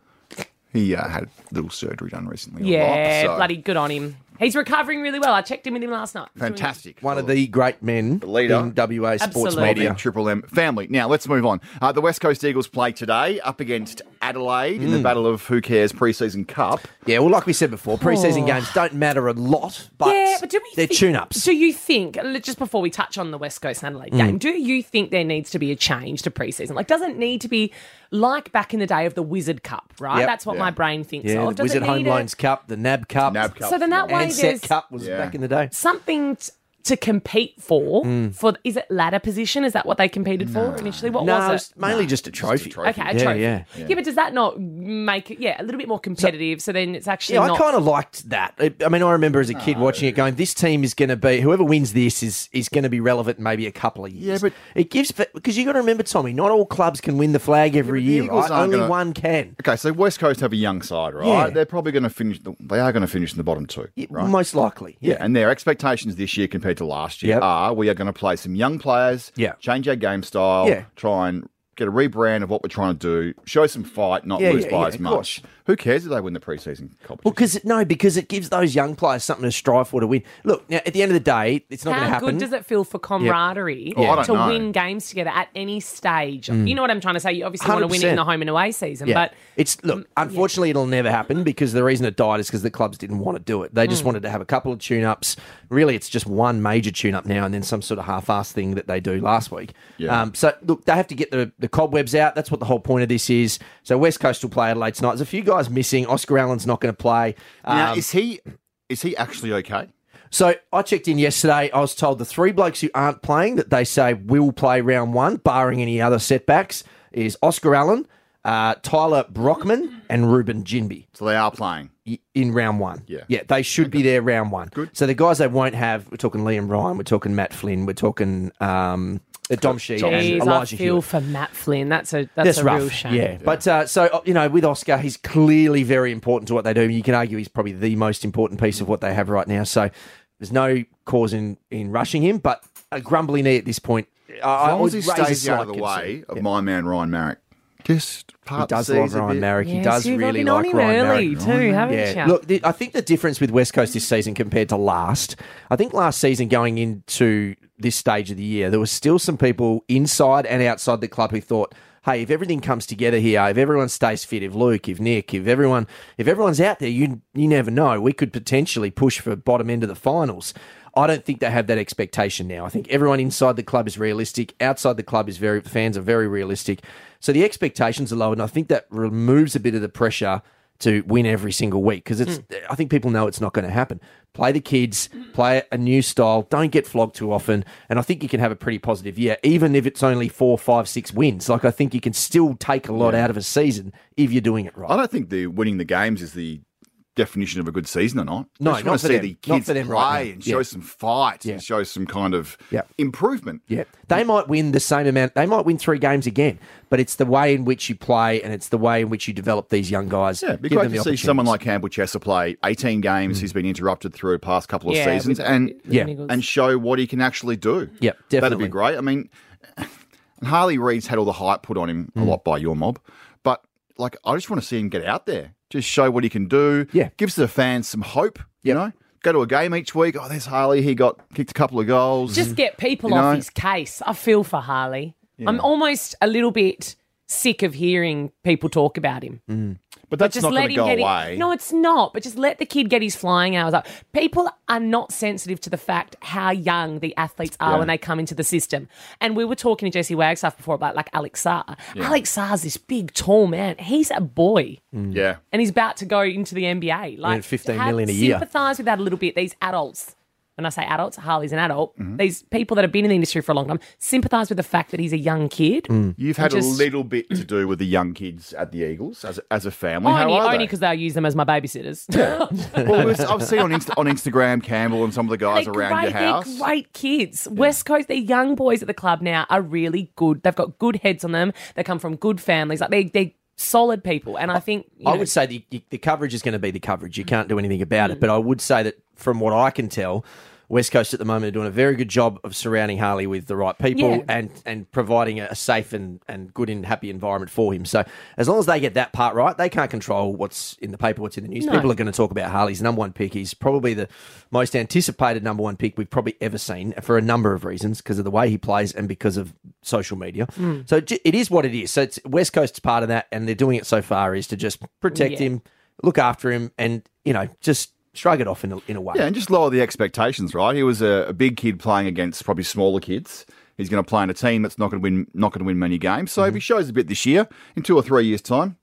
He uh, had a little surgery done recently. on
Yeah,
Lock, so-
bloody good on him. He's recovering really well. I checked in with him last night. He's doing
Fantastic.
One of the great men
leader.
in WA sports
Absolutely.
Media
media.
Triple M family. Now let's move on. Uh, the West Coast Eagles play today up against Adelaide in the Battle of Who Cares preseason cup.
Yeah, well, like we said before, preseason
Oh.
games don't matter a lot, but,
yeah, but do we
they're
think-
tune-ups. Mm.
Do you think let- just before we touch on the West Coast and Adelaide game, do you think there needs to be a change to preseason? Like, doesn't need to be like back in the day of the Wizard Cup, right?
Yep.
That's what
Yeah.
my brain thinks
yeah,
of.
the
Oh, Does it
Wizard Home
need a-
Loans Cup, the NAB Cup,
NAB Cup.
So then that way
Handset
there's
Cup was
Yeah.
back in the day.
something t- to compete for.
Mm.
For is it ladder position? Is that what they competed for initially? What
No,
was
it
it?
was mainly just a trophy.
Okay, a
Yeah,
trophy.
yeah.
but does that not make it, yeah, a little bit more competitive? So, then it's actually
Yeah, I
not.
kind of liked that. I I mean, I remember as a kid watching it, going, "This team is going to be whoever wins this is is going to be relevant in maybe a couple of years."
Yeah, but-
it gives because you got to remember, Tommy, not all clubs can win the flag every
but the
year.
Eagles
Right?
aren't
Only
gonna-
one can.
Okay, so West Coast have a young side, right?
Yeah.
They're probably going to finish. The, they are going to finish in the bottom two,
Yeah,
right?
Most likely,
yeah, and their expectations this year compared to last year
Yep.
are we are going to play some young players,
Yeah.
change our game style,
Yeah.
try and get a rebrand of what we're trying to do, show some fight, not
Yeah,
lose
yeah,
by
yeah,
as
of
much.
course.
Who cares if they win the preseason competition?
Well, because no, because it gives those young players something to strive for to win. Look, now at the end of the day, it's not going to
How
happen.
good does it feel for camaraderie
Oh, I don't
to
know.
win games together at any stage? You know what I'm trying to say? You obviously want to win it in
100%.
the home and away season,
Mm. Yeah.
but
it's look, unfortunately, it'll never happen because the reason it died is because the clubs didn't want to do it. They just wanted to have a couple of tune ups. Really, it's just one major tune up now and then some sort of half ass thing that they do last week.
Yeah.
Um, so look, they have to get the, the cobwebs out. That's what the whole point of this is. So West Coast will play Adelaide tonight. There's a few guys missing. Oscar Allen's not going to play.
now,
Um,
is he is he actually okay?
so I checked in yesterday. I was told the three blokes who aren't playing that they say will play round one, barring any other setbacks, is Oscar Allen, uh, Tyler Brockman, and Ruben Jinby
So they are playing.
y- in round one.
Yeah.
Yeah, they should be there round one. Good. So the guys they won't have, we're talking Liam Ryan, we're talking Matt Flynn, we're talking um, uh, Dom Sheed and
geez, I
Elijah
feel
Hewitt.
for Matt Flynn. That's a that's,
That's
a
rough.
real shame.
Yeah. But uh, so, uh, you know, with Oscar, he's clearly very important to what they do. You can argue he's probably the most important piece of what they have right now. So there's no cause in, in rushing him, but a grumbly knee at this point. I,
As
I
long as
would
he
raise a
stays out of the
slight concern.
way of my man Ryan Marrick, just
He
part
does
the seas
love
a
Ryan
bit.
Merrick. he
Yes,
does
you've
really
been on
like
him
Ryan Merrick.
early too, haven't
Yeah.
you?
Look, the, I think the difference with West Coast this season compared to last, I think last season going into this stage of the year, there was still some people inside and outside the club who thought, "Hey, if everything comes together here, if everyone stays fit, if Luke, if Nick, if everyone, if everyone's out there, you you never know. We could potentially push for bottom end of the finals." I don't think they have that expectation now. I think everyone inside the club is realistic. Outside the club is very fans are very realistic. So the expectations are low, and I think that removes a bit of the pressure to win every single week because it's. I think people know it's not going to happen. Play the kids, play a new style. Don't get flogged too often, and I think you can have a pretty positive year, even if it's only four, five, six wins. Like I think you can still take a lot out of a season if you're doing it right.
I don't think the winning the games is the definition of a good season or not.
No,
I just want
not
to
for
see
them.
the
Not
kids
for them
play
right now.
and show
Yeah.
some fight
Yeah.
and show some kind of
Yeah.
improvement.
Yeah. They might win the same amount. They might win three games again, but it's the way in which you play and it's the way in which you develop these young guys.
Yeah, it'd be
Give
great
them
to see
the
someone
opportunities. Mm.
like Campbell Chesser play 18 games. He's been interrupted through the past couple of
Yeah,
seasons
with-
and
with
Yeah.
Eagles.
and show what he can actually do.
Yep,
That'd be
definitely.
great. I mean, Harley Reid's had all the hype put on him
Mm.
a lot by your mob, but like, I just want to see him get out there, just show what he can do.
Yeah.
Gives the fans some hope, you know? Go to a game each week. Oh, there's Harley. He got kicked a couple of goals.
just get people
Mm. You know-
off his case. I feel for Harley. I'm almost a little bit sick of hearing people talk about him.
but that's
just
Mm. not
let
going
him
to go
get
away.
It. No, it's not. But just let the kid get his flying hours up. People are not sensitive to the fact how young the athletes are when they come into the system. And we were talking to Jesse Wagstaff before about like Alex Saar. Alex Saar's this big, tall man. He's a boy,
Yeah.
and he's about to go into the NBA. Like
And 15
have-
million a year.
Sympathise with that a little bit. These adults. when I say adults, Harley's an adult.
Mm-hmm.
These people that have been in the industry for a long time sympathise with the fact that he's a young kid.
You've had
just-
a little bit to do with the young kids at the Eagles as, as a family. How
Only,
are
only
they?
because they'll use them as my babysitters.
well, we've- I've seen on, Insta- on Instagram Campbell and some of the guys
They're
around your
great-
house.
They're great kids. West Coast, they're young boys at the club now are really good. They've got good heads on them. They come from good families. Like they they're solid people. And I think you
I
know, Mm.
would say the, the coverage is going to be the coverage. You can't do anything about it. But I would say that from what I can tell, West Coast at the moment are doing a very good job of surrounding Harley with the right people
Yeah.
and, and providing a safe and, and good and happy environment for him. So as long as they get that part right, they can't control what's in the paper, what's in the news.
No.
People are going to talk about Harley's number one pick. He's probably the most anticipated number one pick we've probably ever seen for a number of reasons because of the way he plays and because of social media. So j- it is what it is. So it's West Coast's part of that, and they're doing it so far is to just protect
Yeah.
him, look after him, and you know just shrug it off in a, in a way.
Yeah, and just lower the expectations, right? He was a, a big kid playing against probably smaller kids. He's going to play in a team that's not going to win not going to win many games.
Mm-hmm.
So if he shows a bit this year, in two or three years' time,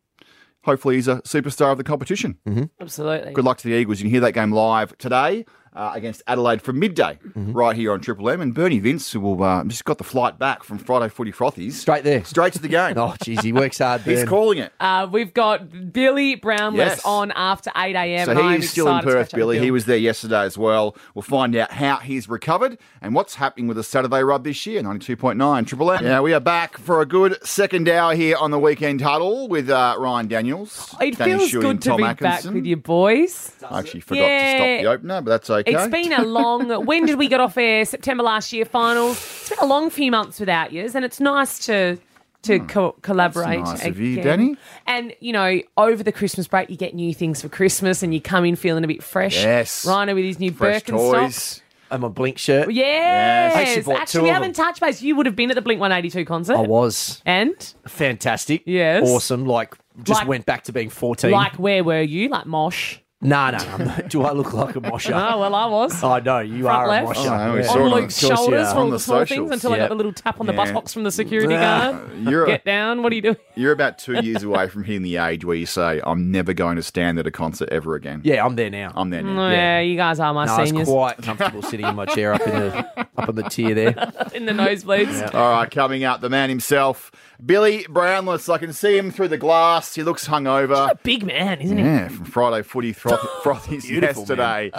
hopefully he's a superstar of the competition.
Mm-hmm.
absolutely.
Good luck to the Eagles. You can hear that game live today uh, against Adelaide from midday,
Mm-hmm.
right here on Triple M. And Bernie Vince, who will uh, just got the flight back from Friday Footy Frothies,
Straight there.
straight to the game.
Oh, jeez, he works hard.
He's
Ben.
calling it.
Uh, we've got Billy Brownless
Yes.
on after 8 a.m.
So
and
he
I'm
is still in
excited to catch
Perth,
up with
Billy.
Bill.
He was there yesterday as well. We'll find out how he's recovered and what's happening with the Saturday Rub this year, 92.9 Triple M. Yeah, we are back for a good second hour here on the Weekend Huddle with uh, Ryan Daniels.
It
Danny
feels
Shuey
good
and
to
Tom
be back
Atkinson.
with you boys.
I actually forgot to
Yeah.
stop the opener, but that's okay.
It's been a long. when did we get off air? September last year, finals. It's been a long few months without yous, and it's nice to to co- collaborate.
Hmm. That's nice of you,
again.
Danny.
And you know, over the Christmas break, you get new things for Christmas, and you come in feeling a bit fresh.
Yes.
Rhino with his new
Fresh
Birkenstock.
toys.
And my blink shirt.
Yes.
I actually bought two
we
of
haven't touched base. You would have been at the Blink 182 concert.
I was
And
fantastic.
Yes.
awesome. Like just
Like-
went back to being fourteen.
like, where were you? Like Mosh.
nah, nah. nah. Do I look like a mosher?
Oh well, I was.
I know you
Front
are
left.
a mosher.
Oh, I
Yeah.
saw it
on
on-
Luke's
of course you
shoulders
are.
for all
On
the
the
small things
socials.
until I got
Yep.
the little tap on the
Yeah.
buttocks from the security
Yeah.
guard.
You're a-
Get down. What are you doing?
You're about two years away from hitting the age where you say, I'm never going to stand at a concert ever again.
Yeah, I'm there now.
I'm there now.
Oh, yeah. you guys are my
No, I was
seniors
quite comfortable sitting in my chair up in the up in the tier there.
in the nosebleeds.
All right, coming up, the man himself, Billy Brownless. I can see him through the glass. He looks hungover.
Big man, isn't he?
Yeah, from Friday Footy thro- Frothies yesterday.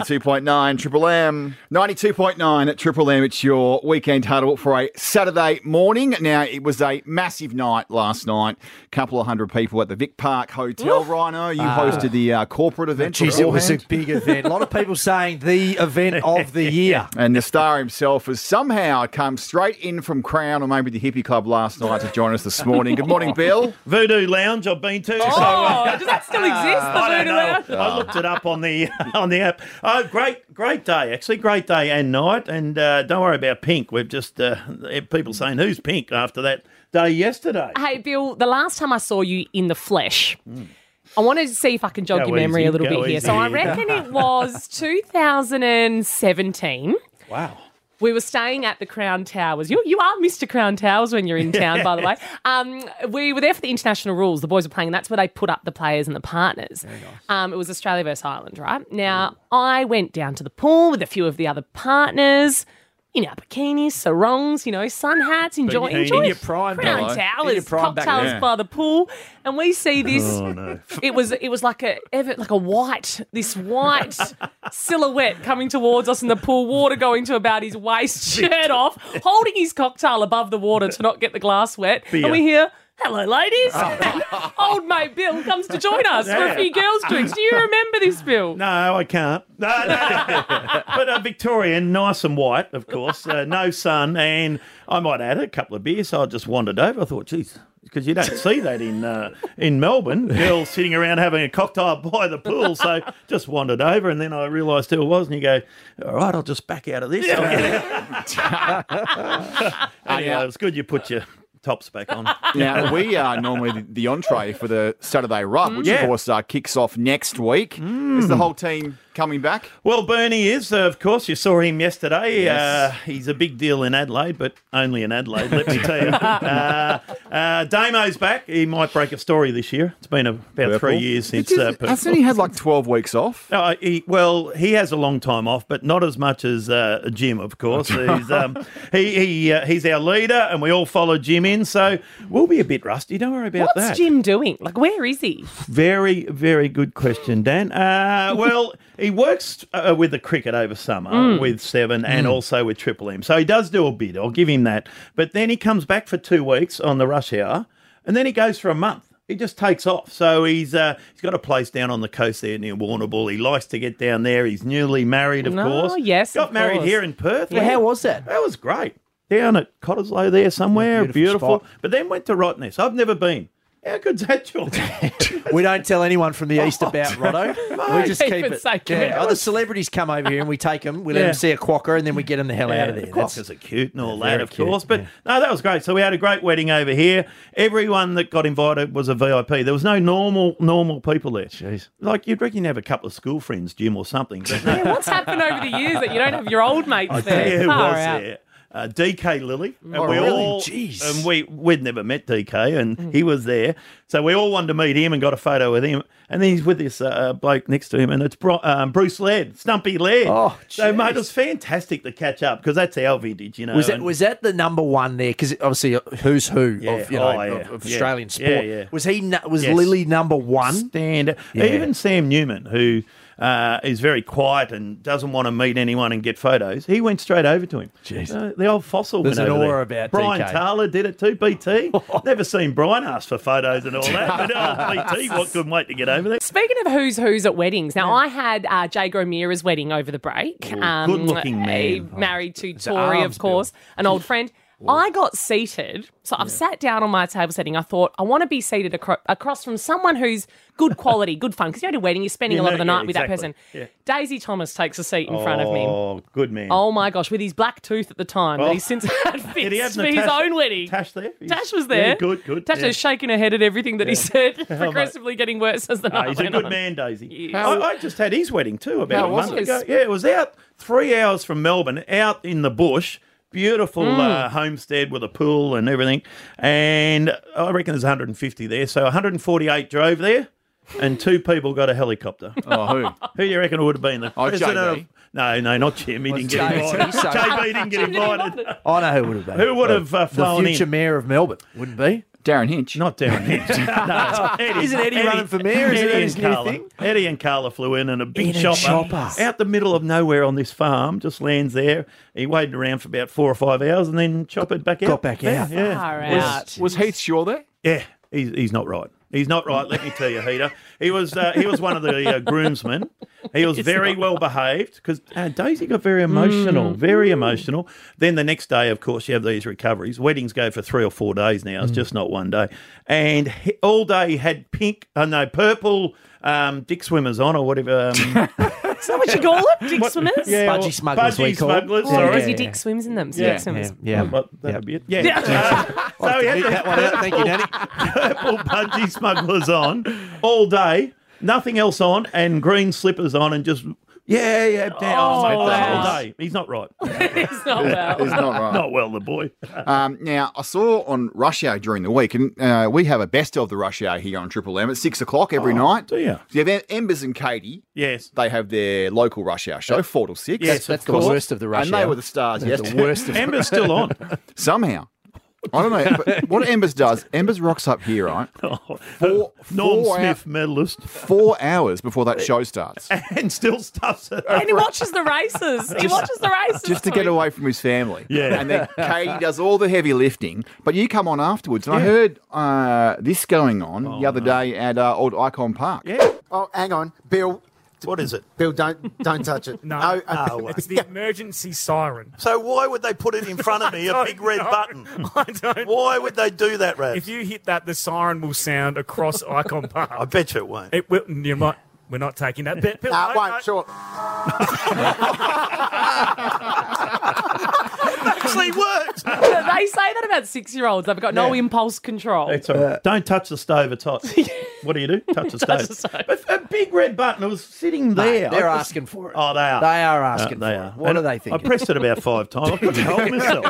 92.9 Triple M. 92.9 at Triple M. It's your weekend huddle for a Saturday morning. Now, it was a massive night last night. couple of hundred people at the Vic Park Hotel, Rhino. You hosted the uh, corporate event.
Jeez, it was a
beforehand.
big event. A lot of people saying the event of the year.
And the star himself has somehow come straight in from Crown or maybe the Hippie Club last night to join us this morning. Good morning, Bill.
Voodoo Lounge I've been to.
Oh,
so, uh,
does that still exist? The
I don't
voodoo lounge?
know. I looked it up on the on the app. Oh, great, great day actually, great day and night. And uh, don't worry about Pink. We've just uh, had people saying who's Pink after that day yesterday.
Hey, Bill, the last time I saw you in the flesh, I want to see if I can jog
Go
your memory
easy,
a little
go
bit here. So I
easy.
reckon it was 2017.
Wow.
We were staying at the Crown Towers. You, you are Mr. Crown Towers when you're in town, by the way. Um, we were there for the international rules. The boys were playing. That's where they put up the players and the partners. um, it was Australia versus Ireland, right? Now, I went down to the pool with a few of the other partners in our bikinis, sarongs, you know, sun hats, enjoy,
Bikini.
enjoy
In your
prime,
Crown
Hello. In your
Towers,
prime back Oh,
cocktails
then.
by the pool. And we see this. It was it was like a ever like a white this white silhouette coming towards us in the pool, water going to about his waist, shirt off, holding his cocktail above the water to not get the glass wet. And we hear, "Hello, ladies!"
Oh.
Old mate Bill comes to join us for a few girls' drinks. Do you remember this, Bill?
No, I can't. No, no. but uh, Victorian, nice and white, of course. Uh, no sun, and I might add a couple of beers. So I just wandered over. I thought, geez, because you don't see that in uh, in Melbourne, girls sitting around having a cocktail by the pool. So just wandered over, and then I realised who it was, and you go, all right, I'll just back out of this. I'll get out." anyway, it's good you put your tops back on.
Now, we are normally the, the entree for the Saturday rub, which, of
Yeah. Mm.
course, uh, kicks off next week. Is the whole team coming back?
Well, Bernie is, uh, of course. You saw him yesterday.
Yes.
Uh, he's a big deal in Adelaide, but only in Adelaide, let me tell you. Uh, uh, Damo's back. He might break a story this year. It's been about three years since. Uh, Purple.
Hasn't he had like 12 weeks off?
No, he, well, he has a long time off, but not as much as uh, Jim, of course. He's, um, he, he, uh, he's our leader, and we all follow Jim in, so we'll be a bit rusty. Don't worry about
What's
that.
Jim doing? Like, where is he?
Very, very good question, Dan. Uh, well, he works uh, with the cricket over summer
Mm.
with Seven and also with Triple M. So he does do a bit. I'll give him that. But then he comes back for two weeks on the rush hour and then he goes for a month. He just takes off. So he's uh, he's got a place down on the coast there near Warrnambool. He likes to get down there. He's newly married, of
No,
course.
yes,
Got
of
married
course.
here in Perth.
Well, how was that?
That was great. Down at Cottesloe there somewhere.
Yeah, beautiful
beautiful.
spot.
But then went to Rottnest. I've never been. How good's that, George?
We don't tell anyone from the
Oh,
east about Rotto. we just
Keep
keep,
it
it.
safe.
Yeah, other celebrities come over here and we take them. We let
Yeah.
them see a quokka and then we get them the hell out of
Yeah,
there.
The
That's-
Quokkas are cute and all that,
very
of
cute,
course. But no, that was great. So we had a great wedding over here. Everyone that got invited was a VIP. There was no normal normal people there. Jeez. Like you'd reckon you'd have a couple of school friends, Jim, or something. But no,
Yeah, what's happened over the years that you don't have your old mates there?
there
Far
was
out.
there. Uh, DK Lilly, and
Oh,
we
really?
all,
Jeez.
and we we'd never met DK, and he was there, so we all wanted to meet him and got a photo with him, and then he's with this uh, bloke next to him, and it's Bro- um, Bruce Laird, Stumpy Laird.
Oh,
so mate,
jeez.
it was fantastic to catch up because that's our vintage, you know.
Was that
and-
was that the number one there? Because obviously, uh, who's who
Yeah.
of you know
Oh, yeah.
of, of
Yeah.
Australian
Yeah,
sport?
yeah.
Was he nu- was
Yes.
Lily number one?
stand. Even Sam Newman, who uh, is very quiet and doesn't want to meet anyone and get photos, he went straight over to him.
Jeez.
Uh, the old fossil.
There's
went
an
over
aura
there.
about
Brian
DK.
Taylor did it too. BT. Never seen Brian ask for photos and all that. But old BT, what couldn't wait to get over there.
Speaking of who's who's at weddings, now I had uh, Jay Gromira's wedding over the break.
good-looking man.
eh, Married to Tori, of
arms
course, an old friend. I got seated, so I've sat down on my table setting. I thought I want to be seated acro- across from someone who's good quality, good fun. Because you know, at a wedding, you're spending
You
a lot
know-
of the night
yeah,
with that
exactly.
person.
Yeah.
Daisy Thomas takes a seat in front of me.
Oh, good man.
Oh my gosh, with his black tooth at the time that
Oh.
he's since had fixed
Did he have
for his
Natasha-
own wedding.
Tash there.
Tash was
Yeah,
there.
good, good.
Tash
yeah. Oh
was shaking her head at everything that he said, progressively getting worse as the
Ah,
night
he's a
went
good
on.
man, Daisy.
Yes.
I, I just had his wedding too about
How
a
was
month
it?
ago. Yeah, it was out three hours from Melbourne, out in the bush. Beautiful
Hmm.
uh, homestead with a pool and everything. And I reckon there's 150 there. So 148 drove there, and two people got a helicopter.
Oh, who?
Who do you reckon would have been the
Oh,
president
JB.
of- No, no, not Jim. He didn't get
JB,
invited.
so-
JB didn't get invited.
I know who would have been.
Who would have uh,
the
flown
future
in?
mayor of Melbourne? Wouldn't be.
Darren Hinch.
Not Darren Hinch. no, Eddie.
Isn't Eddie running for mayor? Isn't that
Eddie
his
and
new
Carla.
thing?
Eddie and Carla flew in and a big
In a
chopper,
chopper.
out the middle of nowhere on this farm, just lands there. He waded around for about four or five hours and then choppered back out.
Got back
yeah,
out. Ah,
Yeah.
Far out.
Was Heath Shaw there?
Yeah, he's, he's not right. He's not right. Let me tell you, Heater. He was uh, he was one of the uh, groomsmen. He was very well behaved because uh, Daisy got very emotional,
Mm.
very emotional. Then the next day, of course, you have these recoveries. Weddings go for three or four days now. It's
Mm.
just not one day. And he, all day he had pink, uh, no purple um, dick swimmers on or whatever. Um,
Is that what you call it? Dick swimmers?
yeah,
Budgie
or-
smugglers,
budgie
we call 'em.
smugglers,
Oh,
sorry.
because your dick swims in them. So
Yeah.
dick swimmers.
Yeah. Oh,
Well,
Yep.
that'd be it. Yeah. Uh, so he had
Beat
to-
that one out. Thank you, Danny.
purple budgie smugglers on all day, nothing else on, and green slippers on, and just yeah, yeah,
Oh,
down
Oh,
all
wow.
day. He's not right.
It's not well.
He's not right.
not well, the boy.
Um, now, I saw on Rush Hour during the week, and uh, we have a best of the Rush Hour here on Triple M at six o'clock every night.
Oh, do ya?
So you have Embers and Katie.
Yes.
They have their local Rush Hour show, four till six.
Yes,
That's
of
the
course.
worst of the rush.
and they
hour.
were the stars
That's
yesterday.
the worst of
Ember's still on.
Somehow. I don't know. But what Embers does, Embers rocks up here, right? Four,
Norm
four,
Smith
hou-
medalist,
four hours before that show starts.
and still stuffs it.
Uh,
And he watches the races. He watches the races.
Just to get away from his family.
Yeah.
And then Katie does all the heavy lifting, but you come on afterwards. And I heard uh, this going on the other day at uh, old Icon Park.
Yeah.
Oh, hang on, Bill.
What is it?
Bill, don't don't touch it.
No,
uh,
no, it's the emergency siren.
So why would they put it in front of me, a big red
No,
button?
I don't.
Why would they do that, Rav?
If you hit that, the siren will sound across Icon
I
Park.
bet you it won't.
It will. You might. We're not taking that. But,
no,
but,
it
I- I-
won't. Sure.
actually worked.
they say that about six-year-olds. They've got no
Yeah.
impulse control.
It's all right. Don't touch the stove. It's hot. what do you do? Touch the
Touch
stove.
the
But a big red button. It was sitting there.
they're
I just-
asking for it.
Oh, they are. Uh,
They are asking
they
for
are.
it. What
And
are they
I
thinking?
pressed it about five times. I couldn't help myself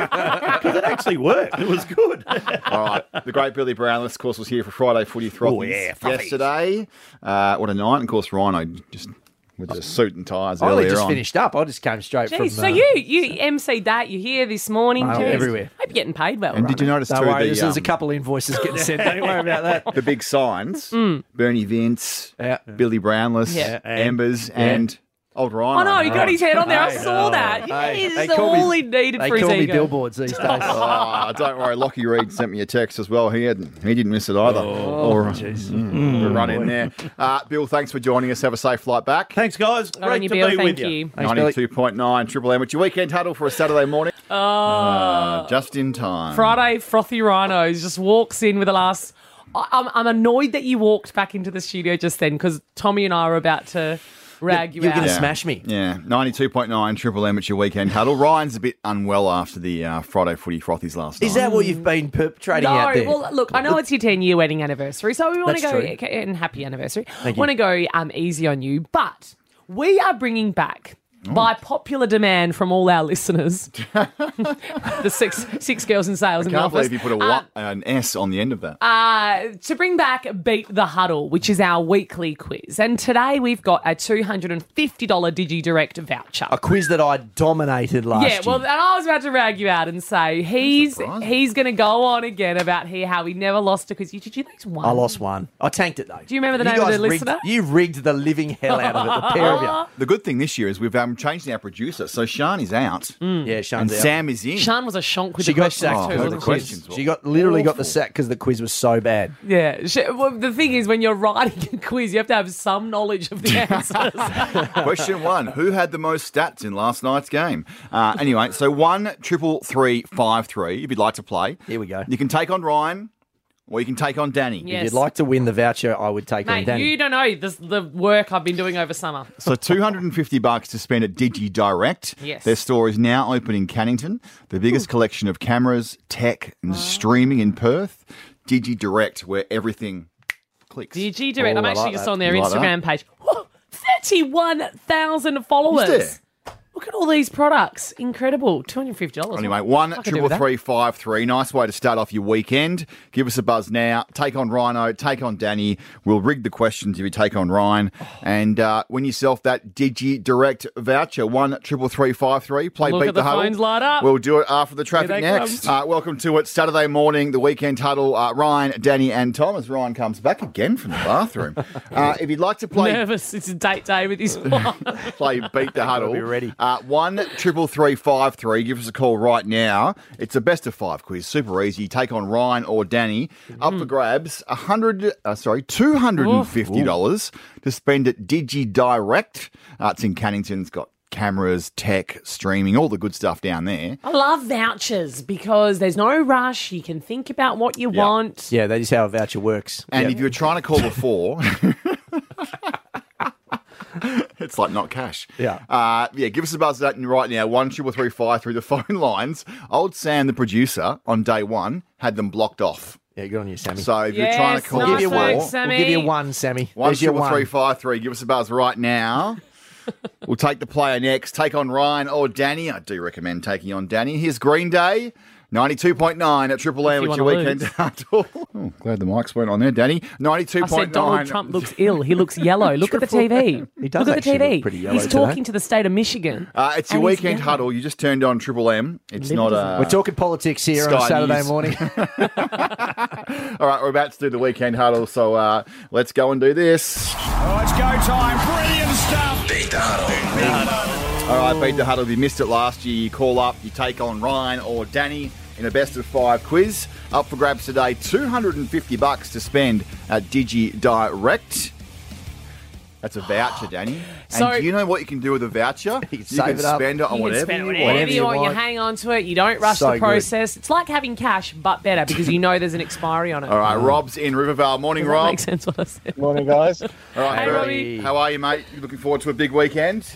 because it actually worked. It was good.
All right. The great Billy Brownless, of course, was here for Friday Footy Throttle
Oh, yeah, frothies.
yesterday. Uh, what a night. And of course, Rhino just with the suit and ties
I only
earlier
just
on.
finished up. I just came straight
Jeez,
from. uh,
so you you emceed that. You're here this morning.
Mate,
Jeez.
everywhere.
Hope you're getting paid well.
And did you
Ryan.
notice
Don't
too
worry,
the,
there's, there's a
um,
couple invoices getting sent. Don't worry about that.
the big signs? Bernie Vince, Billy Brownless,
Mm. Yeah.
Ambers, and old Rhino.
Oh no, he got his head on there. I
Hey.
saw that.
Hey,
Yes,
they call me-
all he needed
They
for his
call me
ego.
billboards these days.
Ah, don't worry. Lockie Reed sent me a text as well. He hadn't. He didn't miss it either. Oh, jeez. run in there. Uh, Bill, thanks for joining us. Have a safe flight back.
Thanks, guys.
Good on
Great
you,
to
Bill.
be
Thank
with
you.
you.
Billy.
92.9 Triple M. It's your weekend huddle for a Saturday morning. Uh, just in time.
Friday, frothy rhinos just walks in with the last. I- I'm, I'm annoyed that you walked back into the studio just then because Tommy and I were about to rag you
You're
out.
gonna smash me.
Yeah, 92.9 Triple M. It's your weekend huddle. Ryan's a bit unwell after the uh, Friday footy frothies last
Is
night.
that what you've been perpetrating
No,
out there?
well, look, I know it's your 10 year wedding anniversary, so we want to
That's
go
true.
okay, and happy anniversary.
Thank you.
Want to go um, easy on you, but we are bringing back. By popular demand from all our listeners, the six six girls in sales in the
Can't
office.
believe you put a
Uh,
what, an S on the end of that.
Uh, to bring back Beat the Huddle, which is our weekly quiz. And today we've got a $250 DigiDirect voucher.
a quiz that I dominated last
Yeah, well,
year.
and I was about to rag you out and say he's
surprising.
he's going to go on again about here how he never lost a quiz. You did you lose one?
I lost one. I tanked it though.
Um, Do you remember the name of
guys
the
rigged,
listener?
You rigged the living hell out of it, the pair
Oh.
of
the good thing this year is we've um, changed our producer, so Sean is out
you. Yeah,
and
Sean's Mm. out.
Sam is in.
Shan was a shonk with
she
the
got
question
sacked
Oh,
for
her
the
the
quiz.
questions were
She got literally got
awful.
the sack because the quiz was so bad.
Yeah. Sh- well, the thing is, when you're writing a quiz, you have to have some knowledge of the answers.
Question one: Who had the most stats in last night's game? Uh, anyway, so one triple three five three. If you'd like to play,
Here we go.
You can take on Ryan, or you can take on Danny.
Yeah.
If
Yes.
you'd like to win the voucher, I would take on
Mate,
Danny.
you don't know this, the work I've been doing over summer.
So 250 bucks to spend at Digi Direct.
Yes.
Their store is now open in Cannington, the biggest collection of cameras, tech, and streaming in Perth. Digi Direct, where everything clicks.
DG Direct.
Oh,
I'm
I
actually
like
just
that.
on their
You like
Instagram page. Whoa, 31,000
Is
followers.
there?
Look at all these products. Incredible. $250.
Anyway, one
I could do
triple
with that.
three five three. Nice way to start off your weekend. Give us a buzz now. Take on Rhino. Take on Danny. We'll rig the questions if you take on Ryan,
Oh.
and uh, win yourself that Digi Direct voucher. One triple three five three. Play
Look
beat
at the
huddle.
phones light up.
We'll do it after the
Here
traffic
they
next. Uh,
come.
welcome to it. Saturday morning, the weekend huddle. Uh, Ryan, Danny, and Thomas. Ryan comes back again from the bathroom. uh, if you'd like to play
Nervous. It's a date day with his wife.
play beat the huddle.
be ready.
Uh, one triple three five three. Give us a call right now. It's a best of five quiz, super easy. Take on Ryan or Danny. Up for grabs. A hundred. Uh, sorry, two hundred and fifty dollars to spend at Digi Direct. Uh, it's in Cannington. It's got cameras, tech, streaming, all the good stuff down there.
I love vouchers because there's no rush. You can think about what you want.
yeah, that is how a voucher works.
And
Yeah.
if you were trying to call before, it's like not cash.
Yeah.
Uh, yeah, give us a buzz that right now. One triple three five through the phone lines. Old Sam, the producer, on day one, had them blocked off.
yeah, good on you, Sammy.
So if
Yes,
you're trying to call
nice
we'll give you
work,
one.
before,
Sam.
We'll give you
Sammy.
one, Sammy.
one
There's your
triple
one.
three five three. Give us a buzz right now. we'll take the player next. Take on Ryan or Danny. I do recommend taking on Danny. Here's Green Day. 92.9 at Triple M,
you
which your
wanna
weekend.
lose.
oh, glad the mics weren't on there, Danny. 92.9.
I said Donald Trump looks ill. He looks yellow. Look at the TV.
He does
Look at the
actually
TV.
look pretty yellow
He's
today.
talking to the state of Michigan.
Uh, it's your
And he's
weekend
yellow.
huddle. You just turned on Triple M. It's not a.
We're talking politics here on
uh, Sky
a Saturday
News.
morning.
All right, we're about to do the weekend huddle, so uh, let's go and do this.
it's go time. Brilliant stuff. Beat the huddle.
All right, beat the huddle. If you missed it last year, you call up, you take on Ryan or Danny in a best of five quiz. Up for grabs today, two hundred and fifty bucks to spend at Digi Direct. That's a voucher, Danny.
So-
and do you know what you can do with a voucher? You can,
save it up.
spend it on
You can
whatever
spend
you
whatever,
want.
you
Whatever
want.
you
You
want.
hang on to it. You don't rush
So
the
good.
process. It's like having cash, but better because you know there's an expiry on it.
All right, Rob's in Rivervale. Morning,
Does that
Rob.
make sense what I said?
Morning, guys.
All right,
Hey,
Rob.
Robbie.
How are you, mate? You looking forward to a big weekend?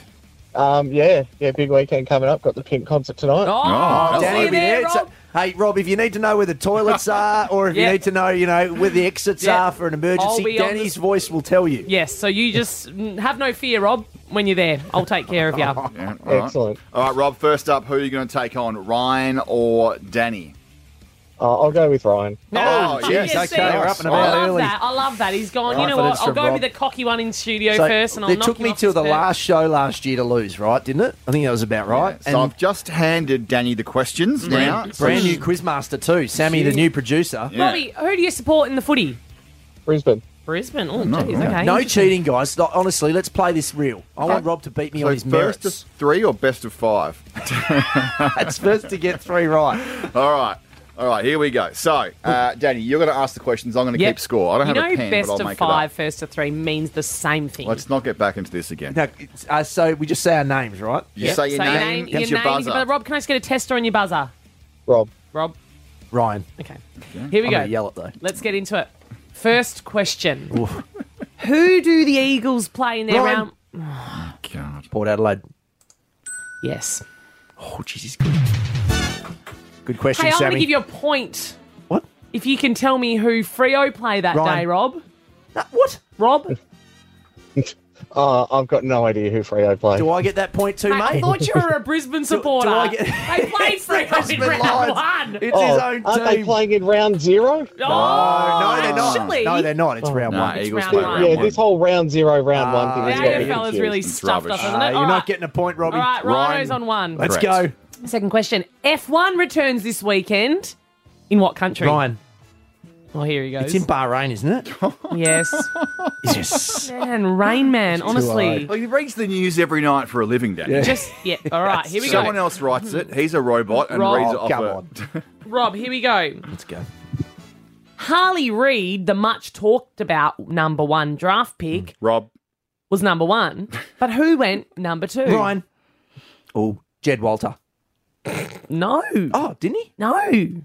Um, yeah, yeah, big weekend coming up. Got the Pink concert tonight.
Oh,
Oh,
Danny will be there. So- hey, Rob, if you need to know where the toilets are, or if
Yeah.
you need to know, you know, where the exits
Yeah.
are for an
I'll
emergency,
be on the-
Danny's voice will tell you.
Yes, so you just mm, have no fear, Rob, when you're there. I'll take care of you.
All right. All right, Rob, first up, who are you going to take on, Ryan or Danny?
Uh, I'll go with Ryan.
Oh, yes,
Yeah,
okay,
see,
we're up and
I
about
love
early.
that. I love that. He's gone, you
Right,
know
but
what?
it's
I'll
from
go
Rob.
with the cocky one in studio
So,
first and I'll
it
knock
took
him
me
off
till
his
the
perch.
last show last year to lose, right? Didn't it? I think that was about right.
So I've just handed Danny the questions
Mm-hmm.
brand,
now.
brand new quizmaster too, Sammy, the new producer.
Robbie, who do you support in the footy?
Brisbane.
Brisbane. Oh, jeez, okay.
No
interesting.
cheating, guys. Like, honestly, let's play this real. I want Rob to beat me
Uh, So
on his
first
merits.
of three or best of five?
That's first to get three right.
All right. All right, here we go. So, uh, Danny, you're going to ask the questions. I'm going to
Yep.
keep score. I don't
you
have
know
a pen,
best
but I'll
of
make
five,
it
first to three means the same thing.
up. Let's not get back into this again.
No, it's- uh, so we just say our names, right?
You say your name,
your
gets your
name, is
buzzer.
Rob, can I just get a tester on your buzzer?
Rob.
Rob.
Ryan.
Okay. Here we
I'm
go.
gonna Yell it though.
Let's get into it. First question. Who do the Eagles play in their
Ryan.
round?
God.
Port Adelaide.
Yes.
Oh, jeez, he's good. Good question,
hey, I'm
Sammy.
going to give you a point.
What?
If you can tell me who Frio play that
Ryan.
day, Rob.
what?
Rob?
Uh, I've got no idea who Frio plays.
Do I get that point too,
Hey,
mate?
I thought you were a Brisbane supporter.
I get-
They played Frio in
Brisbane
round one.
Lions.
Oh,
It's his Oh, own
Aren't they
team.
playing in round zero?
No, no, they're not.
actually-
No, they're not. It's round
Nah,
one.
Eagles play round
yeah,
one.
this whole round zero, round one thing. has
the
got me
AFL is
confused.
really stuffed
rubbish.
up, isn't it?
Uh,
All
you're
right.
not getting a point, Robbie.
All right, Rhino's on one.
Let's
Correct.
Second question. F1 returns this weekend. In what country?
go. Ryan.
Oh, here he goes.
It's in Bahrain, isn't it?
yes.
yes.
Man, Rain Man, honestly.
Well, he reads the news every night for a living, Danny.
Just, yeah. All right, here we
Someone
go.
else writes it. He's a robot and
Rob.
reads it
Oh,
off
come
a-
on.
Rob, here we go.
Let's go.
Harley Reid, the much talked about number one draft
Mm.
pick,
Rob.
was number one. But who went number two?
Ryan. Oh, Jed Walter.
No.
Oh, didn't he?
No. You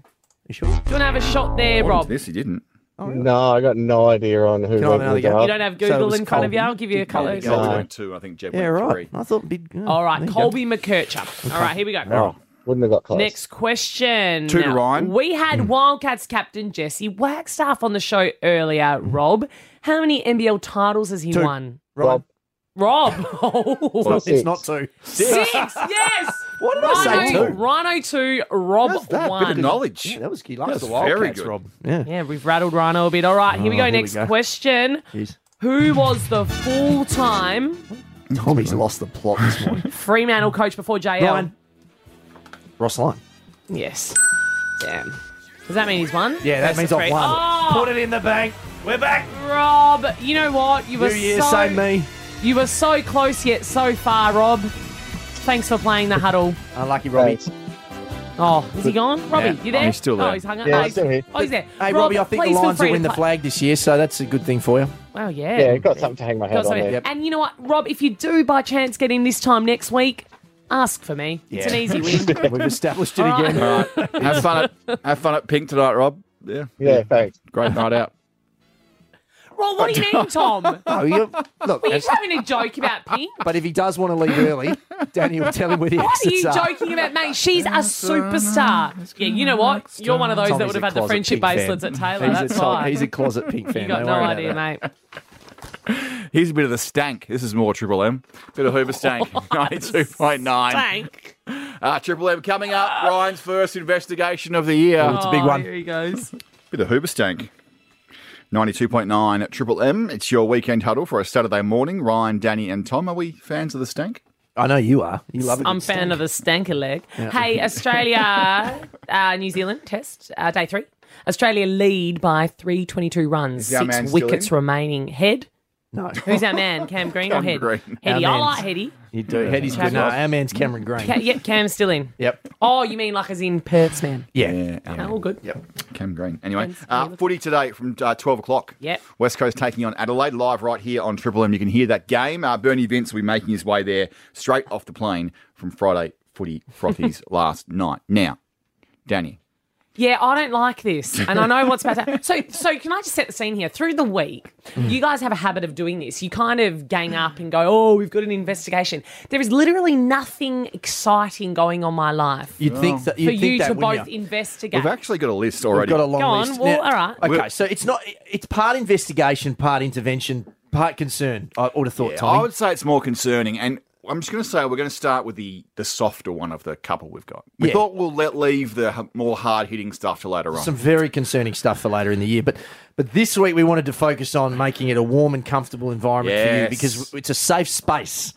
sure? Do you
want to have a shot there,
What is
Rob?
This he didn't.
No, I got no idea on who
Can I have
went
another
with
go?
that.
You don't have
So it
Google
was
in front of you.
Colby.
I'll give you a
Colby
colour.
Gold went two. I think Jed
Yeah,
went
right.
three.
I thought big. yeah,
All right,
there you go.
Colby McKercher. All right, here we go.
Oh, wouldn't have got close.
Next question.
Two to Ryan.
We
Hmm.
had Wildcats captain Jesse Wagstaff on the show earlier, Rob. How many NBL titles has he
Two.
won?
Rob.
Rob. Oh,
It's not two.
Six. Yes.
What did
Rhino,
I say? Two.
Rhino two, Rob
that?
one.
Bit of knowledge.
Yeah, that was he
That's
likes the
very
Wildcats,
good.
Rob. Yeah.
Yeah, we've rattled Rhino a bit. All right, here we
Oh,
go.
here we
Next
go.
question.
Jeez.
Who was the full time
Tommy's lost the plot this morning.
Fremantle coach before JL?
Ryan. Ross Lyon.
Yes. Damn. Does that mean he's won?
Yeah, that
That's
means
a
I've
three.
won.
Oh,
Put it in the bank. We're back.
Rob, you know what? You
New
were
year,
so
same me.
you were so close yet so far, Rob. Thanks for playing the huddle.
Unlucky Robbie.
Thanks.
Oh, is he gone? Robbie,
Yeah.
you there?
Oh, he's still
Oh,
there.
he's hung up.
Yeah,
oh,
I'm still here.
Oh, he's there.
Hey, Robbie, I think
please
the
feel
Lions
free
will
to
win the
play-
flag this year, so that's a good thing for you.
Well, yeah.
Yeah, got something to hang my
Got
hat on
something.
there.
And you know what, Rob, if you do by chance get in this time next week, ask for me. It's an
Yeah.
easy win.
We've established it
All right.
again.
All right. Have fun at have fun at Pink tonight, Rob. Yeah.
Yeah, thanks.
Great night out.
Rob, what do you mean, Tom? Were
Oh, you, look,
you
that's-
having a joke about Pink?
but if he does want to leave early, Danny will tell him where the
What are
exits
you
are.
joking about, mate? She's a superstar. Yeah, you know what? You're one of those that
Tommy's
would have
a
had the
closet
friendship
Pink fan.
bracelets at Taylor.
He's
That's
a, Tom-
why.
He's a closet pink fan.
you got
don't
no
worry about
idea,
that.
mate.
Here's a bit of the stank. This is more Triple M. Bit of Hoover stank. 92.9.
Thank.
Uh, Triple M coming up. Ryan's first investigation of the year.
It's a big one.
Here he goes.
Oh, Bit of Hoover stank. 92.9 at Triple M. It's your weekend huddle for a Saturday morning. Ryan, Danny, and Tom. Are we fans of the stank?
I know you are. You love it.
I'm a fan of the stanker leg. Hey, Australia, uh, New Zealand test uh, day three. Australia lead by 322 runs,
Is our man
six
still
wickets
in?
remaining. Head,
No,
who's our man? Cam Green or
Cam
Head?
Green.
Heady,
Our
I
man's-
like Heady.
you do. Heady's
Chad
good. No,
Ross.
our man's Cameron Green.
Ca- yep, Cam's still in.
Yep.
Oh, you mean like as in Perth's man?
Yeah.
Oh, all good. Yep.
Cam Green. Anyway,
Thanks,
uh,
Caleb.
footy today from uh, 12 o'clock.
Yep.
West Coast taking on Adelaide live right here on Triple M. You can hear that game. Uh, Bernie Vince will be making his way there straight off the plane from Friday footy frothies last night. Now, Danny,
Yeah, I don't like this, and I know what's about to. happen. So, so can I just set the scene here? Through the week,
Mm.
you guys have a habit of doing this. You kind of gang up and go, "Oh, we've got an investigation." There is literally nothing exciting going on my life.
You'd
Oh.
think that- you'd
for
think
you
that,
to
wouldn't
both
you?
investigate.
actually got a list
already. We've got a long
Go on,
list.
well, all right.
Okay, so it's not. It's part investigation, part intervention, part concern. I would have thought.
Yeah,
Tommy.
I would say it's more concerning. And I'm just going to say we're going to start with the, the softer one of the couple we've got. We
Yeah.
thought we'll let leave the h- more hard hitting stuff to later on.
Some very concerning stuff for later in the year, but but this week we wanted to focus on making it a warm and comfortable environment for you
Yes.
because it's a safe space.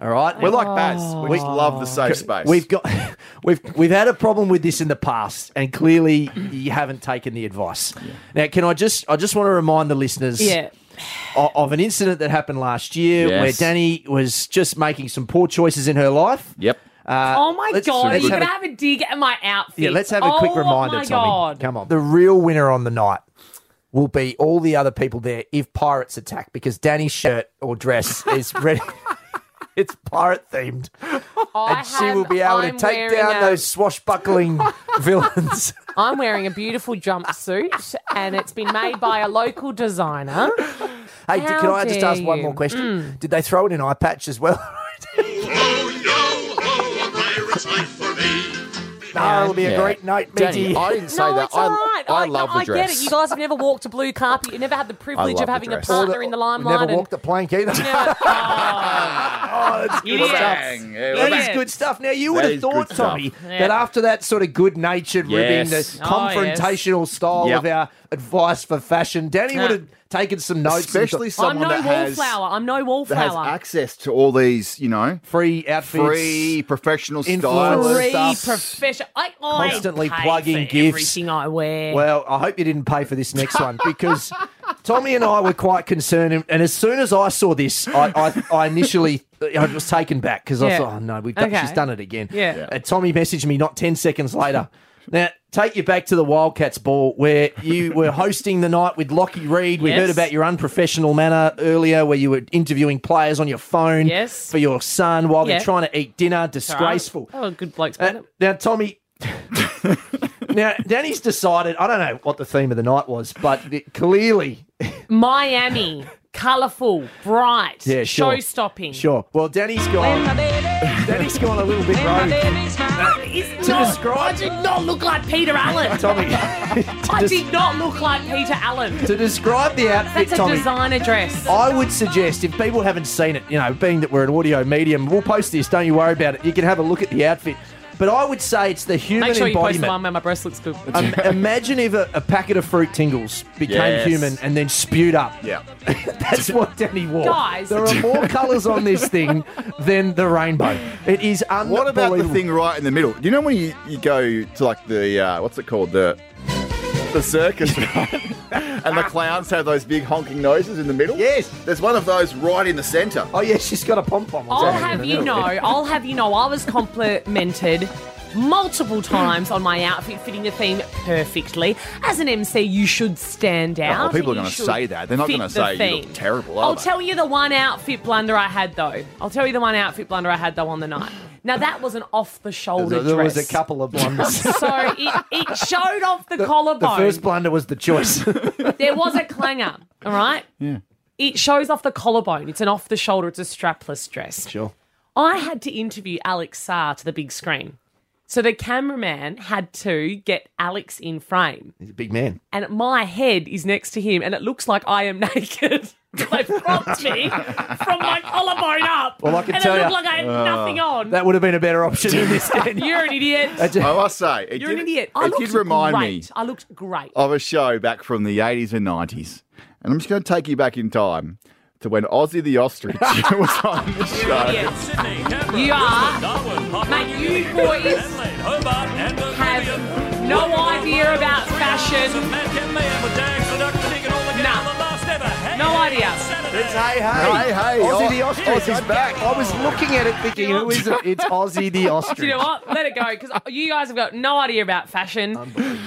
All right,
We're like Baz.
Oh.
We just love the safe space.
We've got we've we've had a problem with this in the past, and clearly you haven't taken the advice. Now, can I just I just want to remind the listeners
Yeah.
o- of an incident that happened last year
Yes.
where Danny was just making some poor choices in her life. Yep. Uh,
oh my
let's-
god! Are
let's
you
have
gonna
a-
have a dig at my outfit?
yeah, let's have a quick
oh,
reminder,
my
Tommy.
God.
Come on. The real winner on the night will be all the other people there if pirates attack because Danny's shirt or dress is ready. it's pirate themed.
I
and she will be
have-
able
I'm
to take
wearing
down
a-
those swashbuckling villains.
I'm wearing a beautiful jumpsuit, and it's been made by a local designer.
Hey, d-
How
can I just
dare
ask one
you.
more question? Did they throw in an eye patch as well? No, it'll be a great night,
Danny,
matey.
I didn't say
no,
that.
It's
I,
all right.
I love
I
the dress.
get it. You guys have never walked a blue carpet. You never had the privilege
love
of
the
having a
dress.
partner in the limelight.
Never
and-
walked a plank either. oh, that's good
Idiot.
stuff.
Bang. Yeah,
That
well
is
done.
good stuff. Now you would
That
have
is good
thought,
stuff.
Tommy,
Yeah.
that after that sort of good-natured ribbing,
Yes. Oh, yes.
the confrontational style
Yep.
of our advice for fashion, Danny
Nah.
would have taken some notes. and
Especially
thought-
someone
I'm no
that has-
wallflower. I'm no wallflower.
access to all these, you know,
free outfits,
free professional
Free
styles.
professional. I, I
constantly
pay
plugging
for
gifts.
Everything I wear.
Well, I hope you didn't pay for this next one because Tommy and I were quite concerned. And, and as soon as I saw this, I, I, I initially I was taken back because I
Yeah.
thought, oh no, we've done,
Okay.
she's done it again.
Yeah. Yeah.
And Tommy messaged me not 10 seconds later. Now, take you back to the Wildcats ball where you were hosting the night with Lockie Reed. We
Yes.
heard about your unprofessional manner earlier where you were interviewing players on your phone
Yes.
for your son while
Yeah.
they're trying to eat dinner. Disgraceful.
All right. Oh, good blokes.
Uh, now, Tommy. now, Danny's decided. I don't know what the theme of the night was, but it, clearly,
Miami, colourful, bright,
yeah, sure,
show stopping.
sure. Well, Danny's
When my
gone.
baby,
Danny's gone a little bit
when my
rogue.
baby's mine. It's
To
not,
describe-
I did not look like Peter Allen.
Tommy.
I did not look like Peter Allen.
To describe the outfit,
That's a
Tommy, Oh,
designer dress.
I would suggest if people haven't seen it, you know, being that we're an audio medium, we'll post this. Don't you worry about it. You can have a look at the outfit. But I would say it's the human
Make sure you post the
embodiment.
one where my breast looks good.
Um, imagine if a, a packet of fruit tingles became
Yes.
human and then spewed up.
Yeah.
That's what Danny wore.
Guys.
There are more colours on this thing than the rainbow. It is unbelievable.
What about the thing right in the middle? Do you know when you, you go to like the uh, what's it called the the circus, right? and the clowns have those big honking noses in the middle? Yes, there's one of those right in the centre.
Oh yeah, she's got a pom pom.
I'll Oh, have you know, I'll have you know, I was complimented multiple times on my outfit fitting the theme perfectly. As an MC, you should stand
Oh,
out.
well, people are
and
going to
you should
say that. They're not
fit
going to
the
say you
theme.
look terrible. Are
I'll
they?
tell you the one outfit blunder I had though. I'll tell you the one outfit blunder I had though on the night. Now that was an off-the-shoulder
There, there
dress.
was a couple of blunders.
so it, it showed off the,
the
collarbone.
first blunder was the choice.
There was a clanger, all right?
yeah,
It shows off the collarbone. It's an off the shoulder, it's a strapless dress.
sure.
I had to interview Alex Saar to the big screen. So the cameraman had to get Alex in frame.
He's a big man.
And my head is next to him, and it looks like I am naked. they propped me from my collarbone up.
Well, I can
and
tell
it looked
you,
like I had nothing on.
That would have been a better option in this.
You're an idiot.
I must say, it
You're
did,
an idiot. I
it
looked
did remind
great.
me
I looked great.
of a show back from the 80s and 90s. And I'm just going to take you back in time to when Ozzy the Ostrich was on the show.
You are, mate. You boys have no idea about fashion. Nah, no idea.
It's hey
Hey, hey,
Aussie
Oz-
the ostrich.
Ozzy's
I- I was looking at it thinking, who is it? It's Aussie the ostrich.
Do you know what? Let it go because you guys have got no idea about fashion,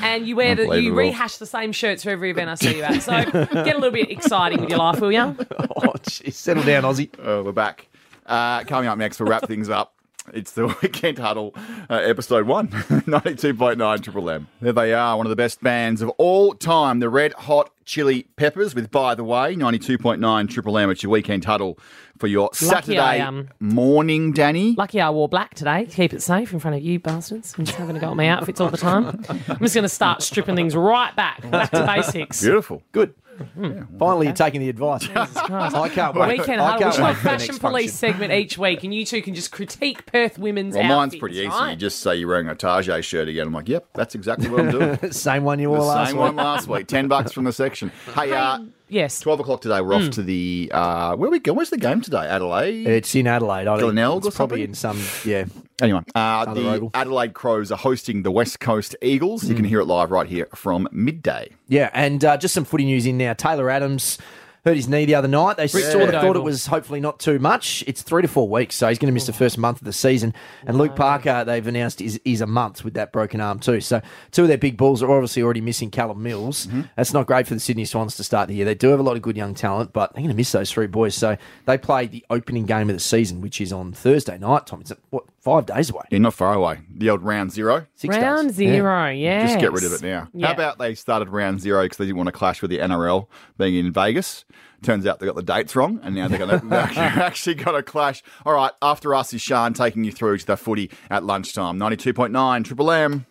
and you wear the you
Unbelievable.
rehash the same shirts for every event I see you at. So get a little bit exciting with your life, will you?
oh,
jeez. Settle down, Ozzy.
Oh,
we're back. Uh, coming up next, we'll wrap things up.
It's the Weekend Huddle, uh, episode one, 92.9 Triple M. There they are, one of the best bands of all time, the Red Hot Chili Peppers, with, by the way, 92.9 Triple M. It's your Weekend Huddle for your Saturday
I am.
morning, Danny.
Lucky I wore black today to keep it safe in front of you bastards. I'm just having a go at my outfits all the time. I'm just going to start stripping things right back, back to basics.
Beautiful.
Good.
Finally, you're taking the advice.
Christ.
I can't wait.
Weekend
I
huddle. We
can't
should
wait
have a
for the
fashion
next
police segment each week, and you two can just critique Perth women's
Well, mine's
outfits,
pretty easy.
right?
You just say you're wearing a Target shirt again. I'm like, yep, that's exactly what I'm doing.
Same one you
the
wore last
same
week.
one last week. Ten bucks from the section. Hey, uh,
yes,
twelve o'clock today. We're off
Mm.
to the uh, where are we go? Where's the game today? Adelaide.
It's in Adelaide. I don't-
Glenelg
it's
or
probably
something?
in some. Yeah.
Anyway, uh,
Other
the
oval.
Adelaide Crows are hosting the West Coast Eagles.
Hmm.
You can hear it live right here from midday.
Yeah, and uh, just some footy news in now. Taylor Adams hurt his knee the other night. They
Ripped
sort
it
of thought
oval.
it was hopefully not too much. It's three to four weeks, so he's going to miss the first month of the season. And Luke Parker, they've announced, is, is a month with that broken arm too. So two of their big balls are obviously already missing Callum Mills. That's not great for the Sydney Swans to start the year. They do have a lot of good young talent, but they're going to miss those three boys. So they play the opening game of the season, which is on Thursday night. Tom, it's what five days away?
Yeah, not far away. The old round zero.
Six
Round
days.
zero, yeah.
Just get rid of it now.
Yeah.
How about they started round zero because they didn't want to clash with the NRL being in Vegas? Turns out they got the dates wrong, and now they're going to actually got a clash. All right, after us is Sean taking you through to the footy at lunchtime. Ninety-two point nine Triple M.